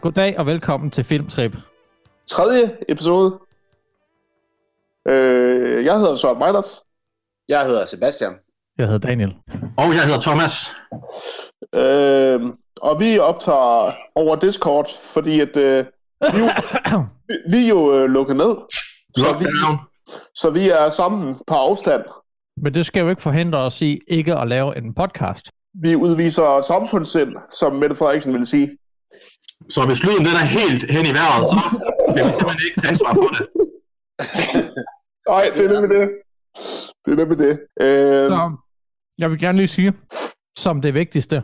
Goddag og velkommen til Filmtrip. Tredje episode. Øh, jeg hedder Søren Meiders. Jeg hedder Sebastian. Jeg hedder Daniel. Og jeg hedder Thomas. Øh, og vi optager over Discord, fordi at, øh, vi, er jo, vi- vi er jo øh, lukket ned, Lockdown. så vi er sammen på afstand. Men det skal jo ikke forhindre os i ikke at lave en podcast. Vi udviser samfundssind, som Mette Frederiksen ville sige. Så hvis lyden den er helt hen i vejret, så vil vi simpelthen ikke tage ansvar for det. Nej, det er nemlig det. Det er nemlig det. Øh, Så jeg vil gerne lige sige, som det vigtigste,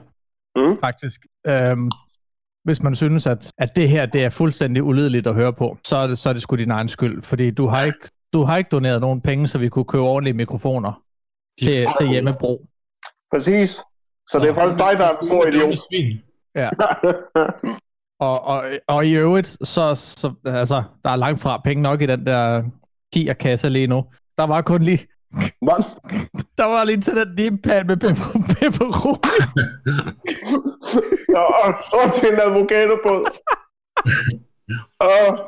Mm. faktisk, øhm, hvis man synes, at, at det her det er fuldstændig ulideligt at høre på, så er det, så er det sgu din egen skyld, fordi du har ikke, du har ikke doneret nogen penge, så vi kunne købe ordentlige mikrofoner De til, fucking- til hjemmebrug. præcis. Så det er Nå, faktisk dig, der er en stor idiot. Og, og, og i øvrigt, så, så altså, der er langt fra penge nok i den der 10'er kasse lige nu. Der var kun lige Hvad? Der var lige til den nimpad med pepper, pepperoni. Ja, og så til en advokatebåd. Åh,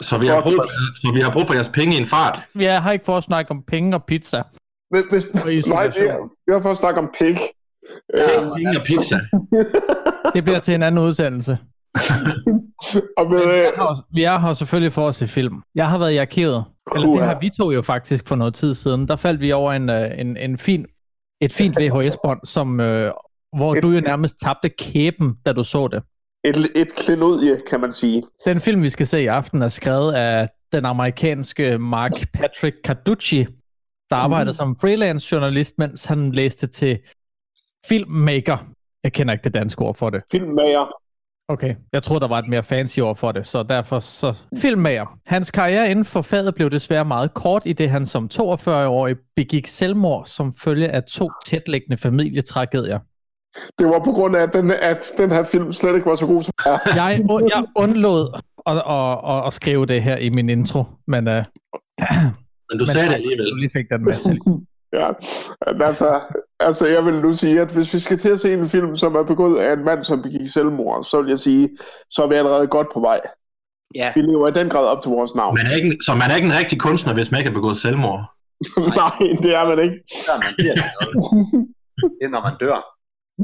Så vi, har brug for, så vi har brug for jeres penge i en fart. Jeg har ikke for at snakke om penge og pizza. hvis, hvis, Og nej, det isolation. er, vi har fået snakket om pik. Ah. Øh, Penge og pizza. Det bliver til en anden udsendelse. Øh. og med, Vi øh, er her- Vi er her selvfølgelig for at se film. Jeg har været i arkivet. Eller det Uha. har vi to jo faktisk for noget tid siden. Der faldt vi over en, øh, en, en fin, et fint VHS-bånd, som, øh, hvor du jo nærmest tabte kæben, da du så det. et, et klenodie, kan man sige. Den film, vi skal se i aften, er skrevet af den amerikanske Mark Patrick Carducci, der arbejdede som freelance journalist, mens han læste til filmmaker. Jeg kender ikke det danske ord for det. Filmmager. Okay, jeg tror der var et mere fancy ord for det, så derfor så... Filmmager. Hans karriere inden for faget blev desværre meget kort, i det han som 42-årig begik selvmord som følge af to tætliggende familietragedier. Det var på grund af, at den, at den her film slet ikke var så god som den er. Jeg, jeg undlod at, at, at, at skrive det her i min intro, men... Uh, Men du sagde det alligevel. Du lige fik den med. Ja. Men Altså, altså, jeg vil nu sige, at hvis vi skal til at se en film, som er begået af en mand, som begik selvmord, så vil jeg sige, så er vi allerede godt på vej. Ja. Vi lever i den grad op til vores navn. Man er ikke, så man er ikke en rigtig kunstner, hvis man ikke har begået selvmord. Nej, det er man ikke. Når man bliver til noget. Det er, når man dør.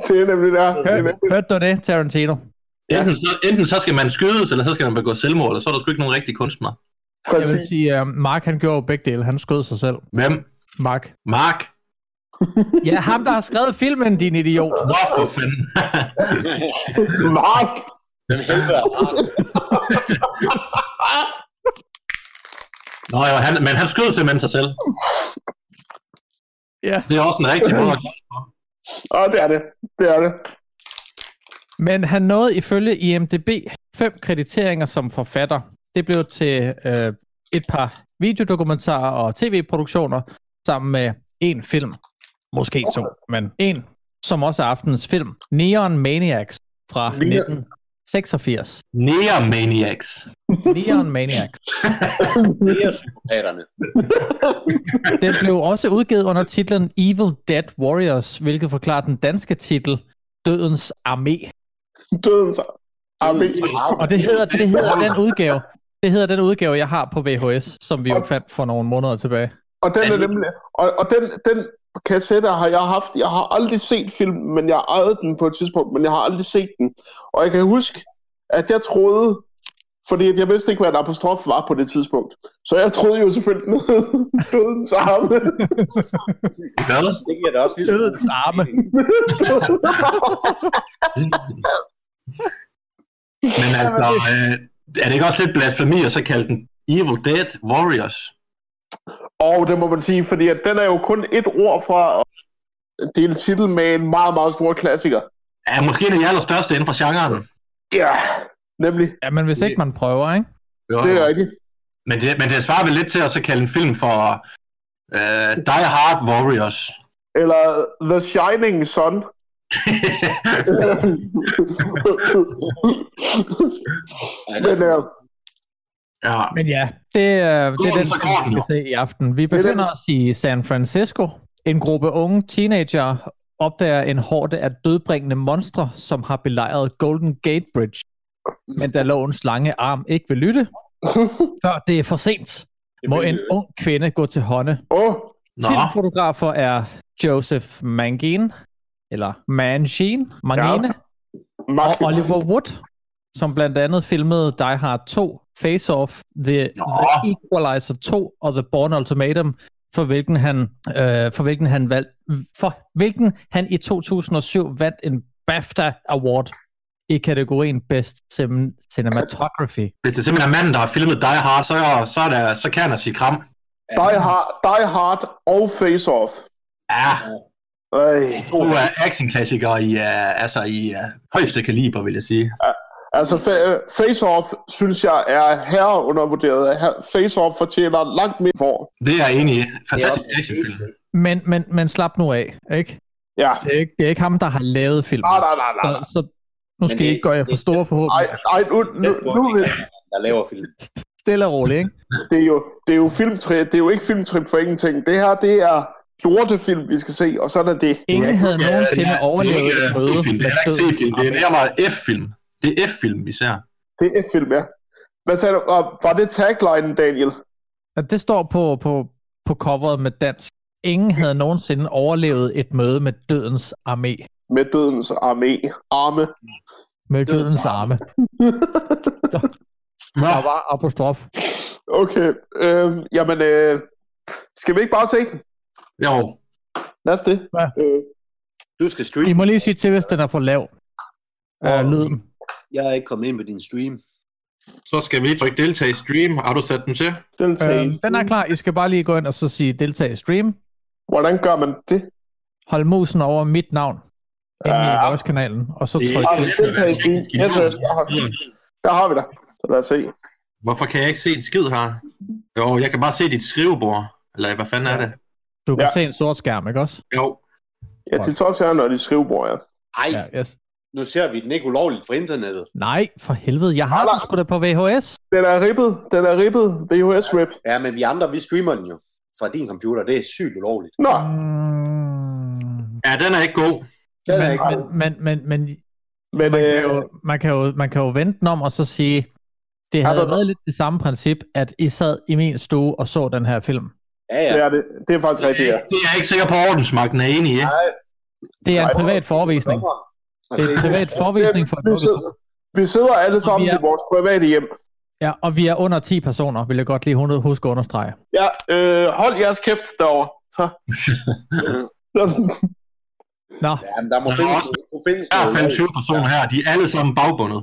Det er nemlig der. Det er Hør, nemlig- hørte du det, Tarantino? Enten så, enten så skal man skydes, eller så skal man begå selvmord, eller så er der sgu ikke nogen rigtig kunstner. Jeg vil Præcis. sige, uh, Mark han gjorde jo begge dele. Han skød sig selv. Hvem? Mark. Mark? Ja, ham der har skrevet filmen, din idiot. Nå for fanden. Mark! Den helvede er meget. Nå jo, han, men han skød simpelthen sig selv. Ja. Det er også en rigtig måde. at- Og det er det. Det er det. Men han nåede ifølge IMDB fem krediteringer som forfatter. Det blev til øh, et par videodokumentarer og tv-produktioner, sammen med en film. Måske to, men en, som også er aftenens film. Neon Maniacs fra Neon- 1986. Neomaniacs. Neon Maniacs. Det er psykopaterne. Den blev også udgivet under titlen Evil Dead Warriors, hvilket forklarer den danske titel Dødens Armé. Dødens armé. Ah, Og det hedder, det hedder den udgave. Det hedder den udgave, jeg har på VHS, som vi jo fandt for nogle måneder tilbage. Og den er nemlig... Og, og den, den kassette har jeg haft. Jeg har aldrig set filmen, men jeg ejede den på et tidspunkt, men jeg har aldrig set den. Og jeg kan huske, at jeg troede... Fordi at jeg vidste ikke, hvad en apostrof var på det tidspunkt. Så jeg troede jo selvfølgelig, den hed dødens arme. Hvad? Det giver da også lige så god Dødens arme. mening. Men altså, øh, er det ikke også lidt blasfemi at så kalde den Evil Dead Warriors? Og det må man sige, fordi at den er jo kun et ord fra at dele titel med en meget, meget stor klassiker. Er måske en af de allerstørste inden for genren? Ja, nemlig. Ja, men hvis ikke man prøver, ikke? Jo, Det er rigtigt. Men, det, men det svarer vel lidt til at så kalde en film for øh, Die Hard Warriors. Eller The Shining Sun. Ej, det- Men øh, ja. Men ja, det, øh, det er den, som vi skal se i aften. Vi befinder os i San Francisco. En gruppe unge teenager opdager en hårde af dødbringende monstre, som har belejret Golden Gate Bridge. men da lovens lange arm ikke vil lytte, før det er for sent, Det må vil en jeg ung kvinde gå til hånde. Åh, oh, Nå, Filmfotografer er Joseph Mangin, eller Mangin, Mangine, ja. og Mark. Oliver Wood, som blandt andet filmede Die Hard 2, Face Off, The, Nå. The Equalizer 2 og The Born Ultimatum, for hvilken han, øh, for hvilken han valg, for hvilken han i 2007 vandt en BAFTA Award i kategorien Best Cin- Cinematography. hvis det simpelthen er manden, der har filmet Die Hard, så, så, er det, så kan han sige kram. Die Hard, Die Hard og Face Off. Ja, Ej. to er actionklassikere i, uh, altså i uh, højeste kaliber, vil jeg sige. Altså, fa- Face Off, synes jeg, er herre undervurderet. Her- Face Off fortjener langt mere for. Det er jeg enig i. Det er Fantastisk også en actionfilm. film. Men, men, men slap nu af, ikke? Ja. Det er ikke, det er ikke ham, der har lavet filmen. Nej, nej, nej, nej. Så, så nu skal det- I ikke gøre jer for det- store Ej, forhåbninger. ej, nu, nu, Tæt på, nu, det nu, er Christian, der laver film. Stille og roligt, ikke? det er jo, det er jo filmtrip, det er jo ikke filmtrip for ingenting. Det her, det er lortefilm, vi skal se, og sådan er det. Ingen havde nogensinde overlevet Det er et ikke møde øh, B-film, det med er heller ikke dødens C-film, det er arme. nærmere F-film. Det er F-film, vi ser. Det er film, ja. Hvad sagde du? Og Var det tagline, Daniel? Ja, Det står på, på, på coveret med dansk. Ingen havde nogensinde overlevet et møde med dødens armé. Med dødens armé. Arme. Med dødens arme. Nå, Der var apostrof. Okay. Øh, jamen, øh, skal vi ikke bare se den? jo. Lad os det. Ja. Øh, Du skal I streame. må lige sige til, hvis den er for lav. Øh, lyden. Jeg er ikke kommet ind på din stream. Så skal vi lige trykke deltage i stream. Har du sat den til? den, Øh, tager- den er klar. I skal bare lige gå ind og så sige deltag i stream. Hvordan gør man det? Hold musen over mit navn. Inde Ja. i voice-kanalen. Og så Det er tryk. Ah, det det er taget i byen. teknisk Yes, yes, idiot. der har- Der har vi dig. Så lad os se. Hvorfor kan jeg ikke se en skid her? Jo, jeg kan bare se dit skrivebord. Eller hvad fanden er det? Du kan Ja. se en sort skærm, ikke også? Jo. Ja, det er så også her, når de skrivebord, ja. Ej, Ja, yes. nu ser vi den ikke ulovligt fra internettet. Nej, for helvede. Jeg har Nej, den sgu da på VHS. Den er ribbet. Den er ribbet. VHS-rip. Ja, men vi andre, vi streamer den jo fra din computer. Det er sygt ulovligt. Nå, Mm. Ja, den er ikke god. Den er Men, ikke men, men, men, men men man, øh, kan jo, man, kan jo, man kan jo vente den om og så sige, det havde der- været lidt det samme princip, at I sad i min stue og så den her film. Ja, det, ja. er det. det er faktisk rigtigt, ja. Det er jeg ikke sikker på, at ordensmagten er enig i. Det er Nej, en privat forvisning. Det er en privat forvisning for en Vi lukket sidder, vi sidder alle sammen er- i vores private hjem. Ja, og vi er under 10 personer, vil jeg godt lige hun- huske at understrege. Ja, øh, hold jeres kæft derovre. Så. Sådan. Nå, Ja, men der må Der er findes, også- der må findes Der er noget 25 ulovligt. personer her. De er alle sammen bagbundet.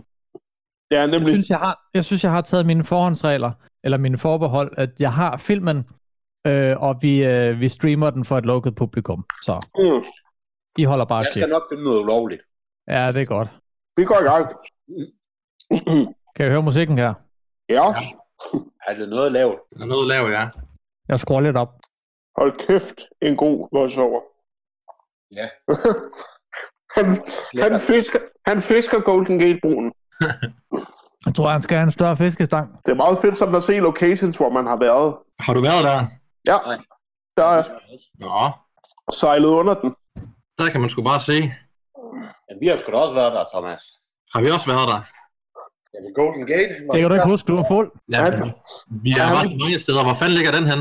ja, jeg nemlig. synes, jeg har, jeg synes, jeg har taget mine forhåndsregler, eller mine forbehold, at jeg har filmen, øh, og vi, øh, vi streamer den for et lukket publikum. Så Mm. I holder bare Jeg kæft. skal nok finde noget ulovligt. Ja, det er godt. Vi går i gang. Kan I høre musikken her? Ja, Er det noget lavt? Der er noget at lave, ja. Jeg skruer lidt op. hold kæft. En god voiceover. Ja. han, han, fisker, han fisker Golden Gate-broen. Jeg tror, han skal have en større fiskestang. Det er meget fedt som at se locations, hvor man har været. Har du været der? Ja, Nej. der er Nå. sejlet under den. Der kan man sgu bare se. Ja, vi har sgu da også været der, Thomas. Har vi også været der? Ja, ved Golden Gate. Det kan du ikke huske, du er fuld. Ja, Ja. men vi er Ja. ret mange steder. Hvor fanden ligger den hen?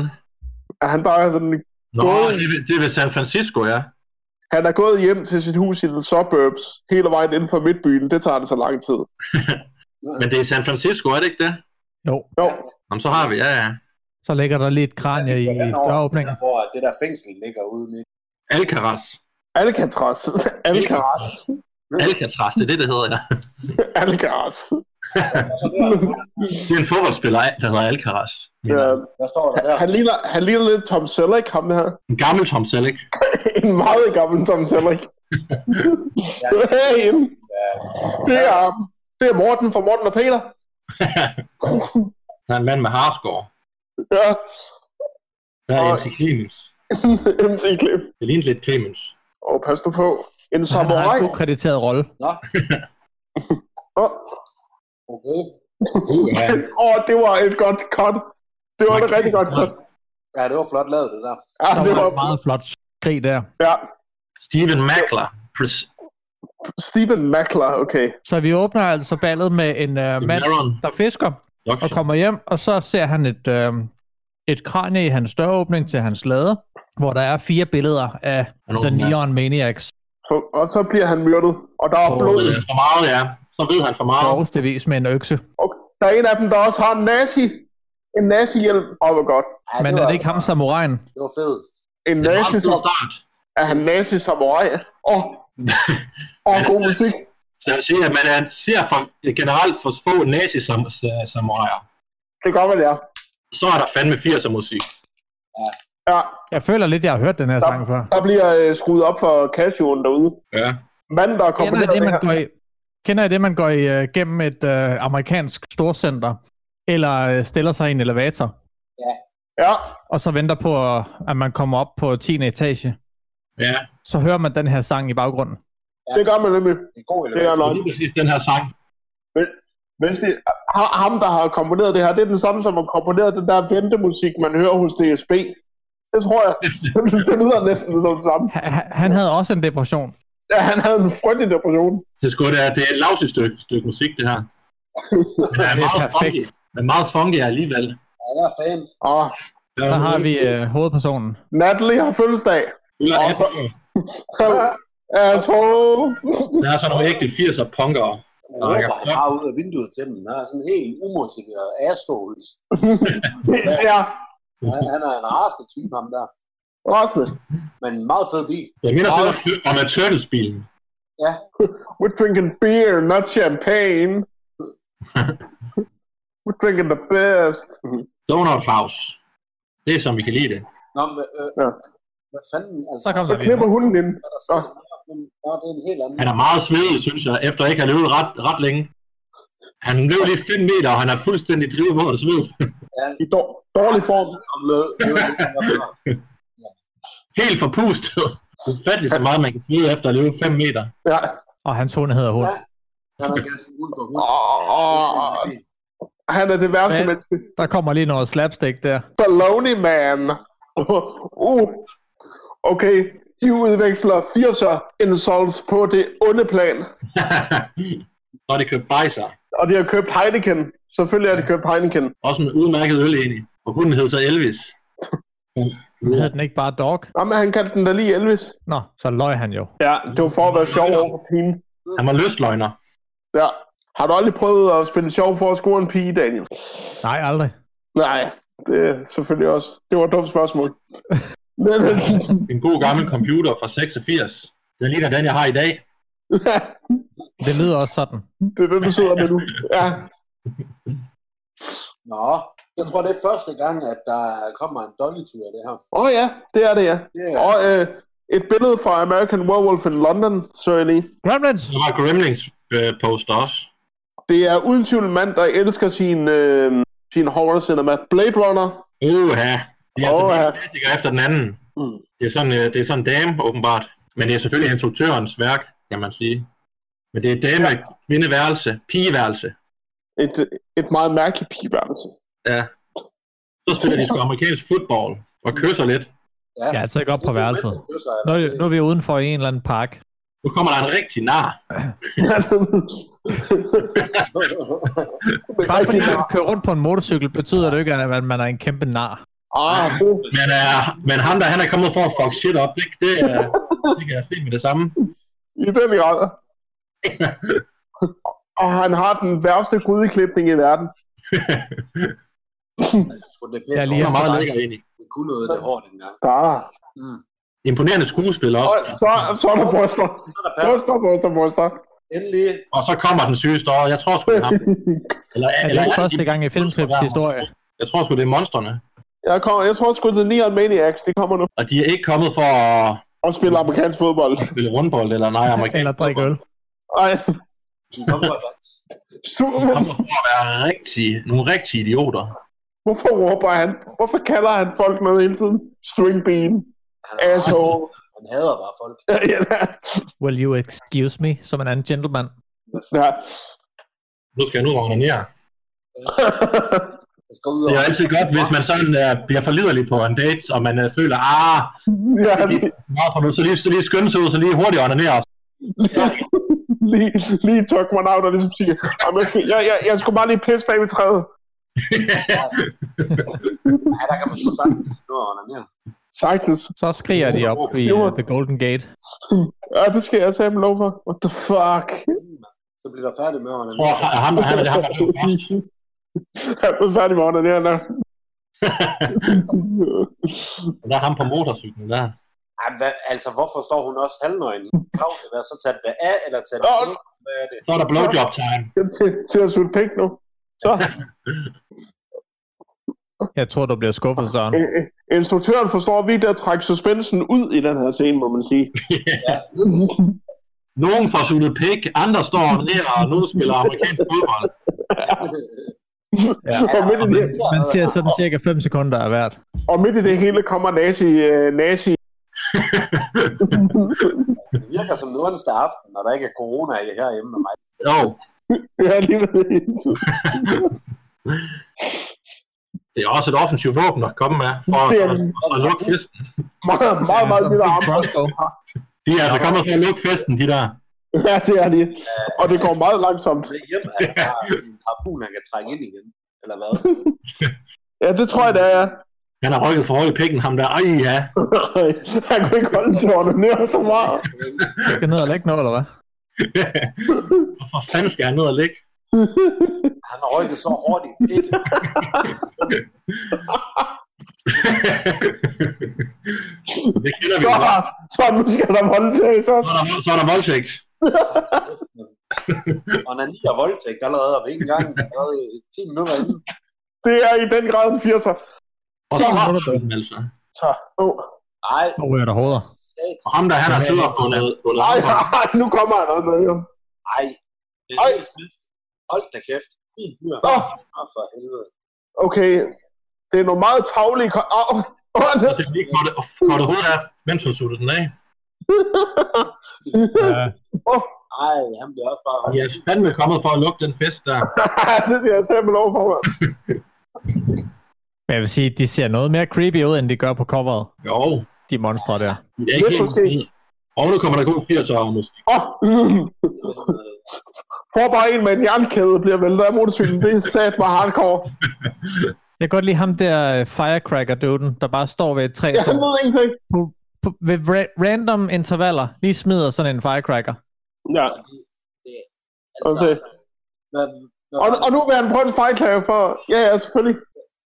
Er han bare sådan... Nå, Gået. det er, ved- det er ved San Francisco, ja. Han er gået hjem til sit hus i The Suburbs, hele vejen inden for midtbyen. Det tager det så lang tid. Men det er San Francisco, er det ikke det? Jo, Jo, Jamen, så har vi, ja, ja. så ligger der lige et kranje i døråbningen. Hvor det der fængsel ligger ude midt. Alcaraz. Alcatraz. Alcaraz. Alcatraz, det er det, det hedder, ja. Alcaraz. Det er en fodboldspiller, der hedder Alcaraz. Ja, Hvad står der der? han, ligner, han ligner lidt Tom Selleck, ham her. En gammel Tom Selleck. En meget gammel Tom Selleck. Hey, det er, det er Morten fra Morten og Peter. Der er en mand med harskår. Ja, Der er Og- MC Clemens. MC-klip. Det ligner lidt Clemens. Og pas nu på. En Han har samurai. en ukrediteret rolle. Åh, Okay. Uh, ja. Åh, det var et godt cut. Det var et rigtig godt cut. Ja, det var flot lavet, det der. Ja, Der det var var, et meget flot skrig der. ja. Steven Mackler pres- Stephen Mackler, okay. Så vi åbner altså ballet med en øh, mand, Maron. der fisker, og kommer hjem, og så ser han et, øh, et kranie i hans døråbning til hans lade, hvor der er fire billeder af The Neon Maniacs. Så, og så bliver han myrdet, og der er Åh, blod. For meget, ja. Så ved han for meget. Doris det vis med en økse. Og der er en af dem, der også har en nazi. En nazi-hjelm. Åh, oh, hvor godt. Ej, Men er det ikke ham, samuraien? Det var fedt. En Det er en nazi, meget fed som, start. er han nazi-samurai? Åh, oh. oh, god musik. Så jeg vil sige, at man er, ser for, generelt for få nazi-samuraier. Det gør, hvad det er. Så er der fandme 80'er musik. Ja, Jeg føler lidt, jeg har hørt den her sang før. der bliver øh, skruet op for cashewen derude. Ja. Manden, der er Kender I komponeret det, man her- går i, kender I det, man går i, øh, gennem et øh, amerikansk storcenter, eller øh, stiller sig i en elevator, Ja, og så venter på, øh, at man kommer op på 10. etage? Ja, Så hører man den her sang i baggrunden. det gør man nemlig. Det er en god Det er elevator. og nok. lige præcis den her sang. Hvis det, ha- ham, der har komponeret det her, det er den samme, som har komponeret den der ventemusik, man hører hos DSB. Det tror jeg. det lyder næsten som det samme. Ha- ha- han havde også en depression. Ja, han havde en frygtelig depression. Det er sgu da, det er et lavsigt stykke, stykke musik, det her. Men det er Det er meget perfekt. funky. Men meget funky alligevel. Ja, jeg er fan. Og Der har vi øh, hovedpersonen. Natalie har fødselsdag. Ulla Åh, Apple. Asshole. Der er så nogle ægte 80'er punkere. Jeg Nej, råber jeg- han bare ud af vinduet til dem. Han er sådan helt umotiveret assholes. ja, Han, han er en rasende type, ham der. rasende. Men en meget fed bil. Jeg minder selv om- om at Turtles-bilen. We're drinking beer, not champagne. We're drinking the best. Donut House. Det er som vi kan lide det. Nå, men, øh, Ja. hvad fanden? Altså, Så kom Så der knipper hunden ind. Hvad der sker? Nå, det er en helt anden. Han er meget svedig, synes jeg, efter ikke at have løbet ret, ret længe. Han løb lige 5 meter, og han er fuldstændig drivvåd og sved. I dår- dårlig form. Om lø- lø- lø- Helt forpustet. Ufattelig så meget, man kan smide efter at løbe 5 meter. Ja. Og hans hund hedder Hund. Ja. Han er ganske uden for huden. Og, og, Ah, han er det værste Hvad? menneske. Der kommer lige noget slapstick der. Baloney Man. uh. Okay, de udveksler 80'er insults på det onde plan. så er det købt bajser. Og de har købt Heineken. Selvfølgelig har de købt Heineken. Også en udmærket øl egentlig. Og hunden hed så Elvis. Hed den ikke bare Dog? Jamen, han kaldte den da lige Elvis. Nå, så løj han jo. Ja, det var for at være sjov over for pigen. Han var løsløgner. Ja. Har du aldrig prøvet at spille sjov for at score en pige, Daniel? Nej, aldrig. Nej, det er selvfølgelig også... Det var et dumt spørgsmål. Men, En god gammel computer fra 86. Den ligner den, jeg har i dag. Det lyder også sådan. det er det, du sidder med nu. Ja, Nå, jeg tror, det er første gang, at der kommer en dollytur af det her. Åh oh, ja, det er det, ja. Det Yeah. er Og øh, et billede fra American Werewolf in London, så jeg lige. Gremlins! Der var Gremlings øh, poster også. Det er uden tvivl en mand, der elsker sin, øh, sin horror cinema. Blade Runner. Uha. Det er altså Åh, oh, ja. en klassiker efter den anden. Mm. Det er sådan, øh, det er sådan en dame, åbenbart. Men det er selvfølgelig instruktørens værk, kan man sige. Men det er dame, kvindeværelse, pigeværelse. Et, et meget mærkeligt pigeværelse. Ja. Så spiller de sgu amerikansk fodbold og kysser lidt. Jeg er altså ikke op på værelset. Nu, er- nu er vi udenfor i en eller anden park. Nu kommer der en rigtig nar. Bare fordi man kører rundt på en motorcykel, betyder det jo ikke, at man er en kæmpe nar. ah, det, Men, uh, men ham der, han er kommet for at fuck shit op. Det, det, uh, det kan jeg se med det samme. i den grad. Og han har den værste grydeklipning i verden. Jeg Jeg er Han lige- lige... er meget lækker egentlig. Det kunne noget af det hår dengang. Ah. Mm. Imponerende skuespiller Og også. så, så er der bryster. Så er der Pat. Bryster, bryster, bryster. Endelig. Og så kommer den sygeste år. Jeg tror sgu, det er ham. Eller, Er det eller ikke det første de- gang i Filmtrips historie? Jeg tror sgu, det er monstrene. Jeg, kommer, jeg tror sgu, The Neon Maniacs, de kommer nu Og de er ikke kommet for at og Mm. spiller amerikansk fodbold. spille rundbold eller nej, amerikansk. Eller drikke øl? Ej, De kom fra dans. De super. kommer for at være rigtige, nogle rigtige idioter. Hvorfor råber han? Hvorfor kalder han folk noget hele tiden? String bean. Asshole. Han hader bare folk. ja, ja, Will you excuse me, som en anden gentleman? ja. Nu skal jeg nu ordinere. Jeg skal ud og... Det er jo altid godt, hvis man sådan uh, bliver forliderlig på en date, og man uh, føler, ah, ja, det er meget på nu, så lige, så lige skynde sig ud, så lige hurtigt ordinere. lige, lige tørke mig navn og ligesom sige, "Jamen, jeg, jeg, jeg skulle bare lige pisse bag ved træet. Nej, der kan man sgu sagtens nå at onanere. Sagtens. Så skriger de op i uh, The Golden Gate. Ja, det skal jeg sammen lov for. What the fuck? Så bliver der færdig med at onanere. Tror han, ham, han er det ham, der blev først. Jeg er færdig med under det her. nå. Der er ham på motorcyklen der. Ej, hvad, altså, hvorfor står hun også halvnøgen? Krav det være, så tage det af, eller tage det Åh, af? Hvad er det? Så er der blowjob time. til, til at suge pik nu. Så, Jeg tror, du bliver skuffet, Søren. øh, øh, instruktøren forstår virkelig at trække suspensen ud i den her scene, må man sige. Nogen får suttet pik, andre står og onanerer, og nogen spiller amerikansk fodbold. Ja. og, midt i det, Man ser Altså, sådan cirka 5 sekunder af hvert. og midt i det hele kommer nazi, øh, nazi Det virker som nordligste aften, når der ikke er corona i herhjemme med mig. Jo, Jeg har lige været i det er også et offensivt våben at komme med, for at, Det er for, det. for at lukke festen. meget, meget, meget lille Big arm. Crossbow. De er altså kommet for at lukke festen, de der. Ja, det er det. Og det går meget langsomt. Det er hjem, at der er en harpun, han kan trække ind igen. Eller hvad? Ja, det tror jeg, det er. Han har rykket for hårdt i pikken, ham der. Ej, ja. Han kunne ikke holde til at ordinere så meget. Jeg skal ned og lægge noget, eller hvad? Hvor fanden skal han ned og ligge? Han har rykket så hårdt i det. det kender vi Så, jo godt. så nu skal der holde til, så. Så er der, så er der voldtægt. Og han er voldtægt allerede, og vi ikke engang allerede 10 minutter inden. Det er i den grad en 80'er. Og så har han altså. Så, oh. Ej, Så ryger der hoveder. Og ham der, han har sidder på noget. På noget Ej, armbånd. ej, nu kommer han også med. jo. ej. Det er Ej. helt fedt. Hold da kæft. Min fyr. Nå, Åh, for helvede. okay. Det er nogle meget tavlige... Ko- Au. Åh, Så det- fik vi kortet- og kortet hovedet af, mens hun suttede den af. Ja. Åh, Ej, han bliver også bare De holdt. er fandme kommet for at lukke den fest der. det skal jeg simpelthen lov for, mand. Men jeg vil sige, de ser noget mere creepy ud, end de gør på coveret. Jo, De monstre der. det er ikke Lidt helt måske. vildt. Og nu kommer der god 80'er musik. Åh, mm. Prøv bare en med en jernkæde bliver væltet af motorcyklen. Det er sat mig hardcore. Jeg kan godt lide ham der øh, firecracker-døden, der bare står ved et træ, Jeg som ved ingenting. på- ved ra- random intervaller lige smider sådan en firecracker. Ja. Fordi det- altså, Okay. Hvad, hvad, Og, og nu vil han prøve en fejlklage for... Ja, ja, selvfølgelig.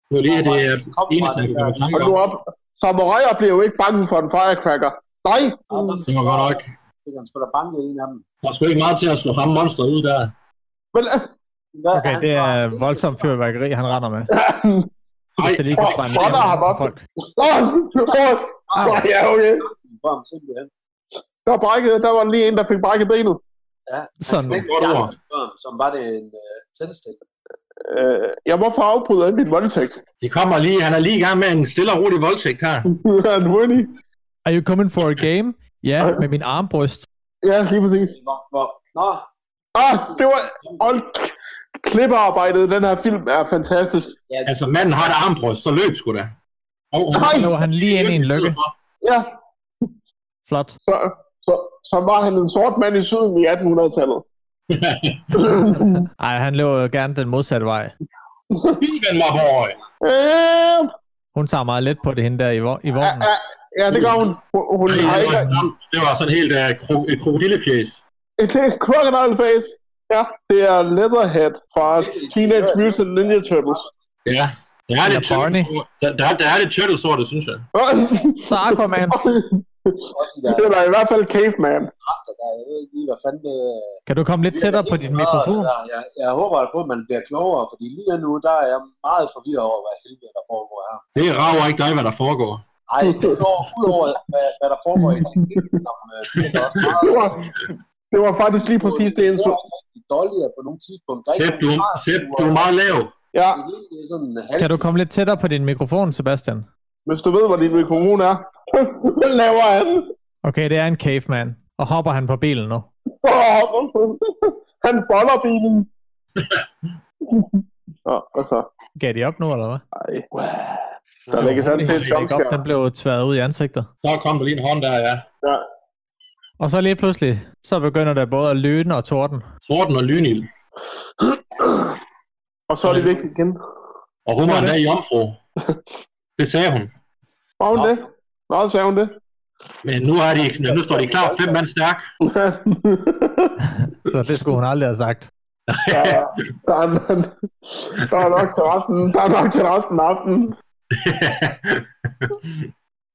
Det er jo lige det øh, kom fra eneste, det jeg der. kommer i tanke Og om. nu op. Samuraier bliver jo ikke bange for en firecracker. Nej! Ja, der Det var godt nok. fik han sgu da banket en af dem. Der er sgu ikke meget til at slå ham monster ud der. Men, øh, Hvad, Okay, han det skal- han er skal- voldsomt fyrværkeri, han render med. Ej, Hvis det lige kan Ej, brænde hvor er af ham på op. folk. åh, åh, Ej, åh, ja, okay. hvor er han simpelthen. Der, var brækket, der var lige en, der fik brækket benet. Ja, Sådan. han Godt ord. knækkede armen, som var det en øh, tændstik. Øh, jeg må få afbryde af min voldtægt. Det kommer lige, han er lige i gang med en stille og rolig voldtægt her. Han er enig. Are you coming for a game? Ja, Ej. med min armbryst. Ja, lige præcis. Hvor, hvor, nå, Ah, det var... Hold k- klippearbejdet i den her film er fantastisk. ja, Altså, manden har et armbryst, så løb sgu da. Og, og, Nej! Så lå han lige ind i en lykke. Ja, Flot. så, så, så var han en sort mand i syden i 1800-tallet. Ej, han løber jo gerne den modsatte vej. Even, my boy! Øh, Hun tager meget let på det hende der i, vo- i ja, vognen. ja, ja, det gør hun. Hun, hun Det har ikke... var, det var sådan helt uh, kro, et krokodillefjæs. Det er Crocodile Face. Ja, det er Leatherhead fra Teenage Mutant Ninja Turtles. Ja. Der er Eller lidt Barney. turtle- der, der, der er lidt turtle synes jeg. Så Aquaman. også i deres Eller i hvert fald Caveman. akter der. Jeg ved ikke lige, hvad fanden det Kan du komme lidt tættere på din mikrofon? Der. Jeg, jeg håber på, at man bliver klogere, fordi lige nu, der er jeg meget forvirret over, hvad helvede der foregår her. Det rager ikke dig, hvad der foregår. Ej, udover, udover hvad, hvad der foregår i teknikken, som øh, bliver der også meget... Det var, det var faktisk lige præcis det, en så- rigtig dårligere på nogle tidspunkter. Der er ikke Sepp, du, nogen radiosure. Sepp, du er meget lav. Ja, Det hele, det er sådan en halv... Kan du komme lidt tættere på din mikrofon, Sebastian? hvis du ved, hvor din mikrofon er. Hvad laver han? Okay, det er en caveman. Og hopper han på bilen nu? Åh, Han boller bilen. Nå, hvad så? Gav de op nu, eller hvad? Ej. Der lægges an til et Gav de ikke op? jumpscare. Den blev tværet ud i ansigtet. Så kom der lige en hånd der, ja. Og så lige pludselig, så begynder der både at lyne og torden. Torden og lynild. Og så er det væk igen. Og hun var endda jomfru. Det sagde hun. Var hun Nå. det? Nå, så sagde hun det. Men nu, er de, nu står de klar fem mand stærk. Så det skulle hun aldrig have sagt. der, er- der, er, der er nok til resten, der er nok til resten af aftenen.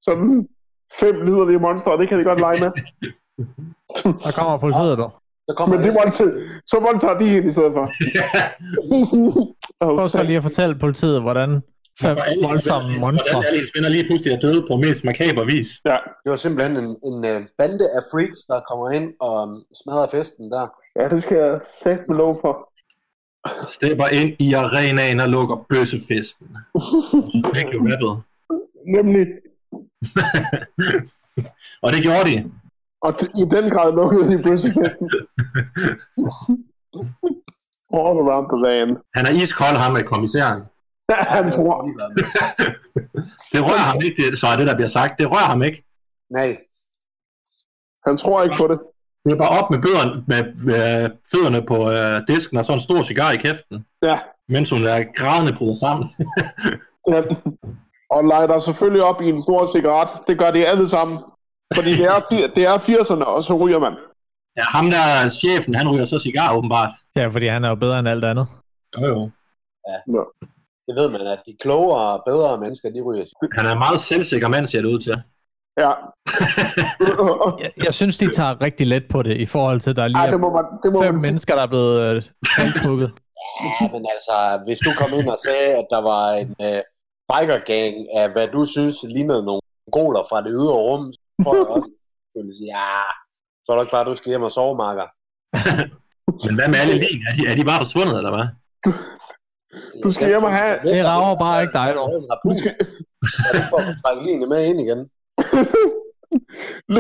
Sådan fem liderlige monstre, det kan de godt lege med. Der kommer politiet dog. Så kommer Men det det var... monter, så monterer de hende i stedet for. Prøv oh, så lige at fortælle politiet, hvordan fem Hvordan alle- voldsomme monstre. Hvordan alle hendes venner lige pludselig er døde på mest makaber vis. ja, det var simpelthen en, en øh, bande af freaks, der kommer ind og um, smadrer festen der. ja, det skal jeg sætte mig lov for. Stepper ind i arenaen og lukker bøssefesten. Det blev rappet. Nemlig, Og det gjorde de. og t- i den grad lukkede de bøssefesten. All around the land. Han er iskold ham med kommissæren. Han tror, Det rører ham ikke, det, så er det, der bliver sagt. Det rører ham ikke. Nej, han tror ikke på det. Det er bare op med, bøderne, med, med fødderne på øh, disken og så en stor cigar i kæften. Ja, Mens hun er grædende bryder sammen. Ja. Og lighter selvfølgelig op i en stor cigaret. Det gør de alle sammen. Fordi det er, fi- det er 80'erne, og så ryger man. Ja, ham der chefen, han ryger så cigar åbenbart. Ja, fordi han er jo bedre end alt andet. Jo, jo. det ved man, at de klogere og bedre mennesker, de ryger. Han er en meget selvsikker mand, ser det ud til. Ja. Jeg, jeg synes, de tager rigtig let på det, i forhold til, at der lige Ej, det er må man, det må fem man sige. mennesker, der er blevet øh, halshugget. Ja, men altså, hvis du kom ind og sagde, at der var en øh, bikergang af, hvad du synes lignede nogle goler fra det ydre rum, så tror jeg også, du ville sige, ja, så er det ikke bare, du skal hjem og sove, Marker. Men hvad med alle ligene? Er de, er de bare forsvundet, eller hvad? Du skal hjem og have- Det rager bare ikke dig, dog. Du skal, Er det for at trække ligene med ind igen?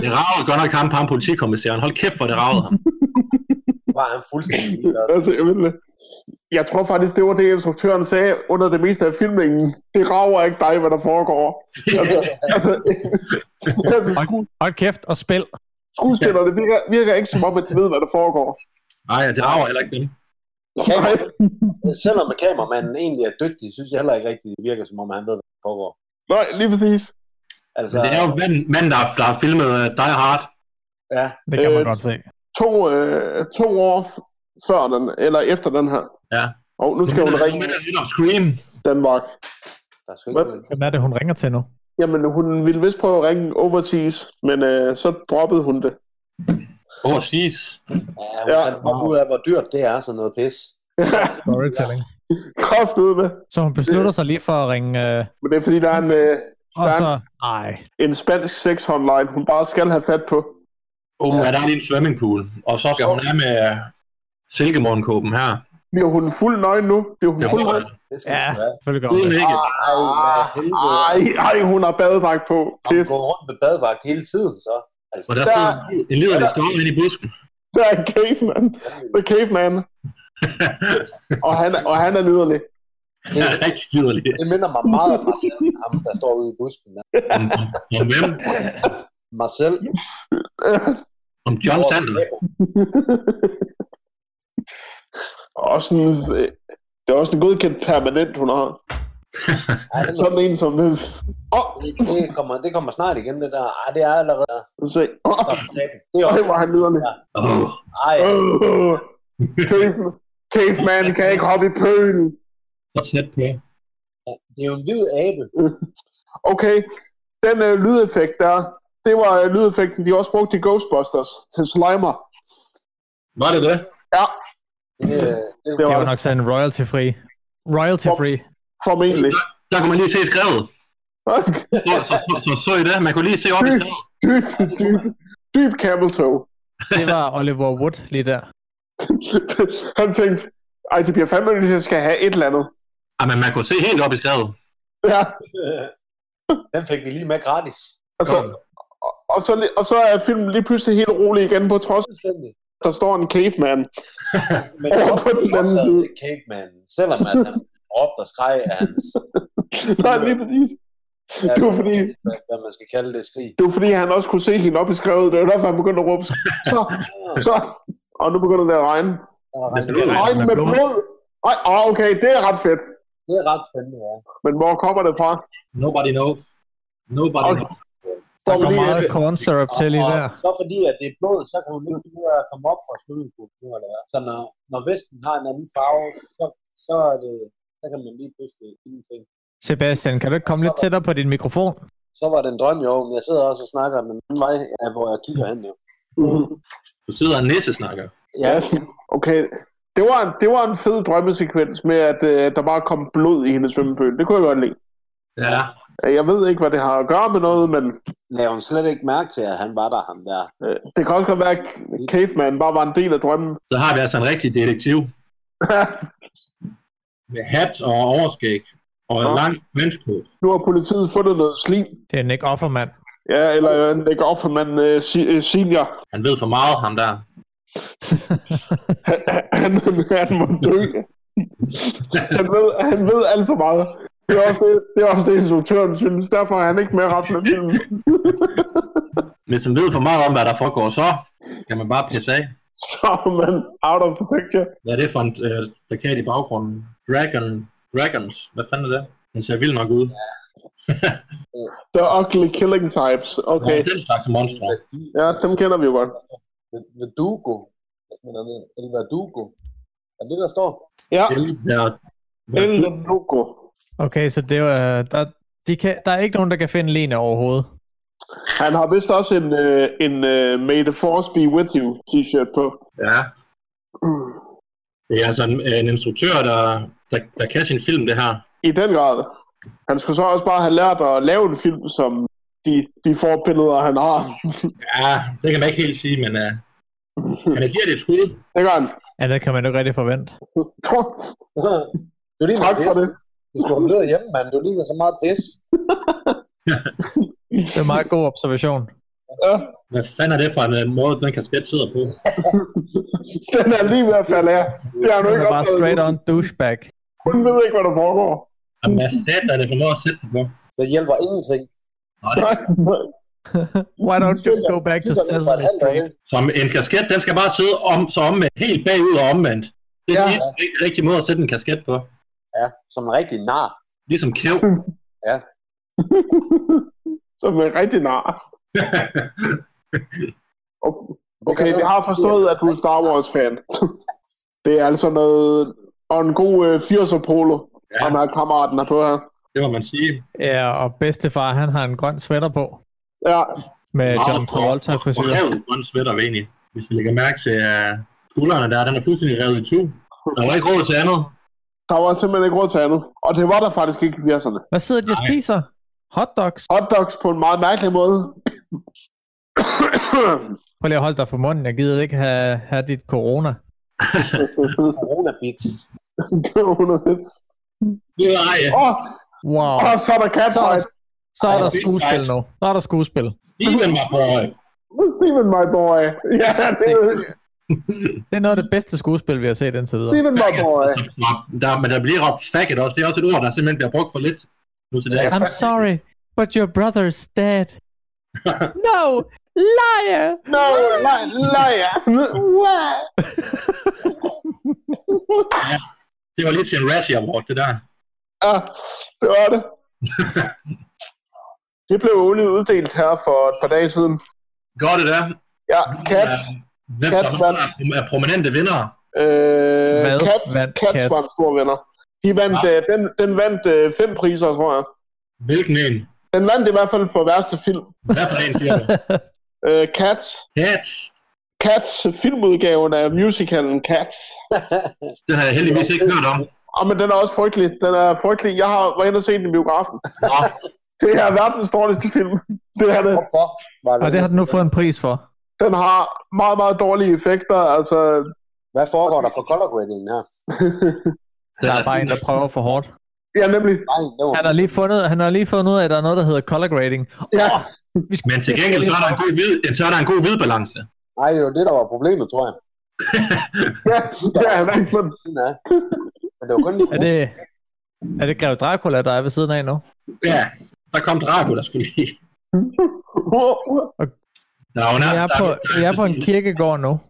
Det ragede godt nok ham på ham politikommissæren. Hold kæft, hvor det ragede ham. Var han fuldstændig ligeglad. altså, jeg, ved det. jeg tror faktisk, det var det, instruktøren sagde under det meste af filmningen. Det rager ikke dig, hvad der foregår. Altså, altså, altså Hold, hold kæft og spil. skuespillerne virker, virker ikke som om, at de ved, hvad der foregår. Nej, det rager heller ikke dem. Nej, Selvom kameramanden egentlig er dygtig, synes jeg heller ikke rigtigt, det virker som om, han ved, hvad der foregår. nej lige præcis. Altså, Men det er jo manden, mand, der, har- der har filmet øh, Die Hard. ja, Det kan man Øh, godt se. to, øh, to år f- før den, eller efter den her. Ja. Og nu skal Nu hun minder- nu ringe minder det lidt om Scream. Danmark. der skal ikke... Hvad? Hvem er det, hun ringer til nu? Jamen, hun ville vist prøve at ringe overseas, men øh, så droppede hun det. Åh, jeez. Ja, hun Ja. fandt bare ud af, hvor dyrt det er, sådan noget pis. Storytelling. Kraft ud med. Så hun beslutter sig lige for at ringe... Øh, Men det er fordi, der er en, øh, og Ja. så... Ej. en spansk sexhotline, hun bare skal have fat på. Oh, ja, der er lige en swimmingpool. Og så skal hun have med øh, silkemorgenkåben her. Bliver hun fuld nøgen nu? Bliver hun Det fuld håber nøgen? jeg. Det skal Ja, ja. være. selvfølgelig gør hun Uden det. ikke. Ej, hvad helvede. Ej, ej, hun har badedragt på. Om Pis. går rundt med badevagt hele tiden, så. Altså, Og der sidder en liderlig stående inde i busken. Der er en caveman. The caveman. og, han, og han er lyderlig. Det er rigtig liderlig. det minder mig meget om Marcel, ham der står ude i busken. Der. Om, om, om hvem? Marcel. Om John Sander. Og sådan, øh, det er også en godkendt permanent, hun har. Ej, det, må, Sådan en som... Åh, oh, det, kommer, det kommer snart igen, det der. Ej, det er allerede. se. Åh, oh, Det er også. hvor er han liderlig. Oh, Ej, Oh, cave- caveman kan ikke hoppe i pølen. så tæt på. det er jo en hvid abe. Okay, den øh, lydeffekt der, det var øh, lydeffekten, de også brugte i Ghostbusters til Slimer. Var det det? Ja, Det, øh, det, det Det var var det. nok sådan en royalty-free. Royalty-free. Formentlig. Der kunne man lige se skrevet. Så så, så, så, så I det. Man kunne lige se op i skrevet. dyb, dyb, dyb kabeltog. Det var Oliver Wood lige der. Han tænkte, ej, det bliver fandme, hvis jeg skal have et eller andet. Ja, Ah, men man kunne se helt op i skrevet. Ja, den fik vi lige med gratis. og så, og, og, så, li- og så er filmen lige pludselig helt rolig igen, på trods Fuldstændig. der står en caveman. Men Over op- på den anden opdagede side. Caveman, selvom at han råbte og skreg af hans... Nej, lige præcis. Ja, Det var fordi- Hvad, hvad man skal kalde det skrig. Det var fordi, han også kunne se hende op i skrevet. Det var derfor, han begyndte at råbe. Så, så. Og nu begynder det at regne. Det blev det, det. Regne med blod! Ej, åh, okay, det er ret fedt. det er ret spændende, ja. Men hvor kommer det fra? Nobody knows. Nobody Okay. knows. Der Fordi, går meget øh, corn syrup til lige og, der. og så fordi, at det er blod, så kan hun ikke finde ud af at komme op fra slutningen. Så når, når vesten har en anden farve, så, så, er det, så kan man lige pludselig ingenting. Sebastian, kan du ikke komme lidt tættere på din mikrofon? Så var det en drøm, jo. Men jeg sidder også og snakker den anden vej, ja, hvor jeg kigger hen, jo. Du sidder og næse snakker. Ja, Ja, okay. Det var, en, det var en fed drømmesekvens med, at øh, der bare kom blod i hendes svømmepøl. Det kunne jeg godt lide. Ja. Jeg ved ikke, hvad det har at gøre med noget, men lavede hun slet ikke mærke til, at han var der, ham der. øh, det kan også godt være, at Caveman bare var en del af drømmen. Så har vi altså en rigtig detektiv med hat og overskæg og en Nå. lang venskud. nu har politiet fundet noget slim. Det er Nick Offerman. Ja, eller øh, Nick Offerman øh, si- øh, senior. Han ved for meget, ham der. Han, han, han må dø. han, ved, han ved alt for meget. Det er også det, det, er også det instruktøren synes. Derfor er han ikke med resten af filmen. Hvis man ved for meget om, hvad der foregår, så skal man bare pisse af. Så er man out of the picture. Hvad er det for en øh, plakat i baggrunden? Dragon, Dragons. Hvad fanden er det? Den ser vild nok ud. The ugly killing types. Okay. Okay. Den slags monstre. Ja, dem kender vi jo godt. Verdugo. Hvad skal man hedde? El Verdugo. Er det, der står? Ja, El, der, El Loco. Okay, så det var, øh, der, de kan, der er ikke nogen, der kan finde Lene overhovedet. Han har vist også en, øh, en øh, May the Force be with you t-shirt på. ja. Mm. Det er altså en, en instruktør, der, der, der kan sin film, det her. I den grad. Han skulle så også bare have lært at lave en film, som de, de forbilleder, han har. Ja, det kan man ikke helt sige, men uh, han giver det et skud. Det gør han. Andet kan man jo ikke rigtig forvente. du er lige Tak for det. Du skulle have blevet hjemme, mand. Du ligner så meget pis. Det er en meget god observation. Ja. Hvad fanden er det for en øh, måde, den kasket sidder på? Den er lige ved at falde af. Det har du Han ikke er bare opdaget straight endnu. on douchebag. Hun ved ikke, hvad der foregår. Jamen, hvad satan er det for noget at sætte den på? Det hjælper ingenting. Nej, det, Nej, nej. Why don't you go back to Ligesom Kigger ned for Sesame et halvt Street? øje. som en kasket, den skal bare sidde om, så om, helt bagud og omvendt. Det er Ja. ja. den rigtige måde at sætte en kasket på. Ja, som en rigtig nar. Ligesom kæv. Som en rigtig nar. Okay. Okay, jeg har forstået, at du er Star Wars-fan. Det er altså noget... Og en god øh, 80'er polo, Ja. ja. ham her kammeraten er på her. det må man sige. Ja, og bedstefar, han har en grøn sweater på. Ja, Med Meget John fra- Travolta fra- fra frisyr. revet grøn sweater, ved egentlig. Hvis vi lægger mærke til uh, skuldrene der, den er fuldstændig revet i to. Der var ikke råd til andet. der var simpelthen ikke råd til andet. Og det var der faktisk ikke i 80'erne. Hvad sidder de og Nej. spiser? Hotdogs? Hotdogs på en meget mærkelig måde. Prøv lige at holde dig for munden. Jeg gider ikke have, have dit corona. Corona-bits. Det var underligt. Nej, Åh, Wow. oh, så er der catfight. Så er der det er skuespil nu. Så er der skuespil. Steven var på høj. Steven, my boy. Ja, det er Det er noget af det bedste skuespil, vi har set indtil videre. Steven, my boy. Altså, Der, men der bliver råbt faggot også. Det er også et ord, der simpelthen bliver brugt for lidt. Nu til dag. I'm sorry, but your brother's dead. No, liar! No, nej, nej. Wow. Det var lidt til en Razzie Award, det der. Ja, det var det. det blev olie uddelt her for et par dage siden. Godt det der. Ja, Cats. Hvem Cats der er, er prominente vindere? Øh, Hvad Ah. Cats, vandt Cats, Cats? var en stor vinder. De vandt, øh, den, den vandt øh, fem priser, tror jeg. Hvilken en? Den vandt i hvert fald for værste film. Hvad for en siger du? Øh, Cats. Cats. Cats, filmudgaven af musicalen Cats. Den har jeg heldigvis ikke hørt om. Og men den er også frygtelig. Den er frygtelig. Jeg har været inde og set den i biografen. Nå, Det er verdens dårligste film. Det er det. Hvorfor? Var Og det har den nu fået en pris for. Den har meget, meget dårlige effekter. Altså, Hvad foregår der for color grading her? den Der er bare en, fuld- der prøver for hårdt. ja, nemlig. Nej, det var Han har lige fundet, han har lige fundet ud af, at der er noget, der hedder color grading. Ja. Åh, vi skal, Men til gengæld, så er der en god, hvid, så er der en god hvidbalance. Nej, det var det, der var problemet, tror jeg. Ja, ja, men, Sådan er. Men det var kun lige... er det, er det Grev Dracula, der er ved siden af nu? Ja, Der kom Draco, der skulle lige. Nå, hun Vi er på, vi er på en kirkegård nu,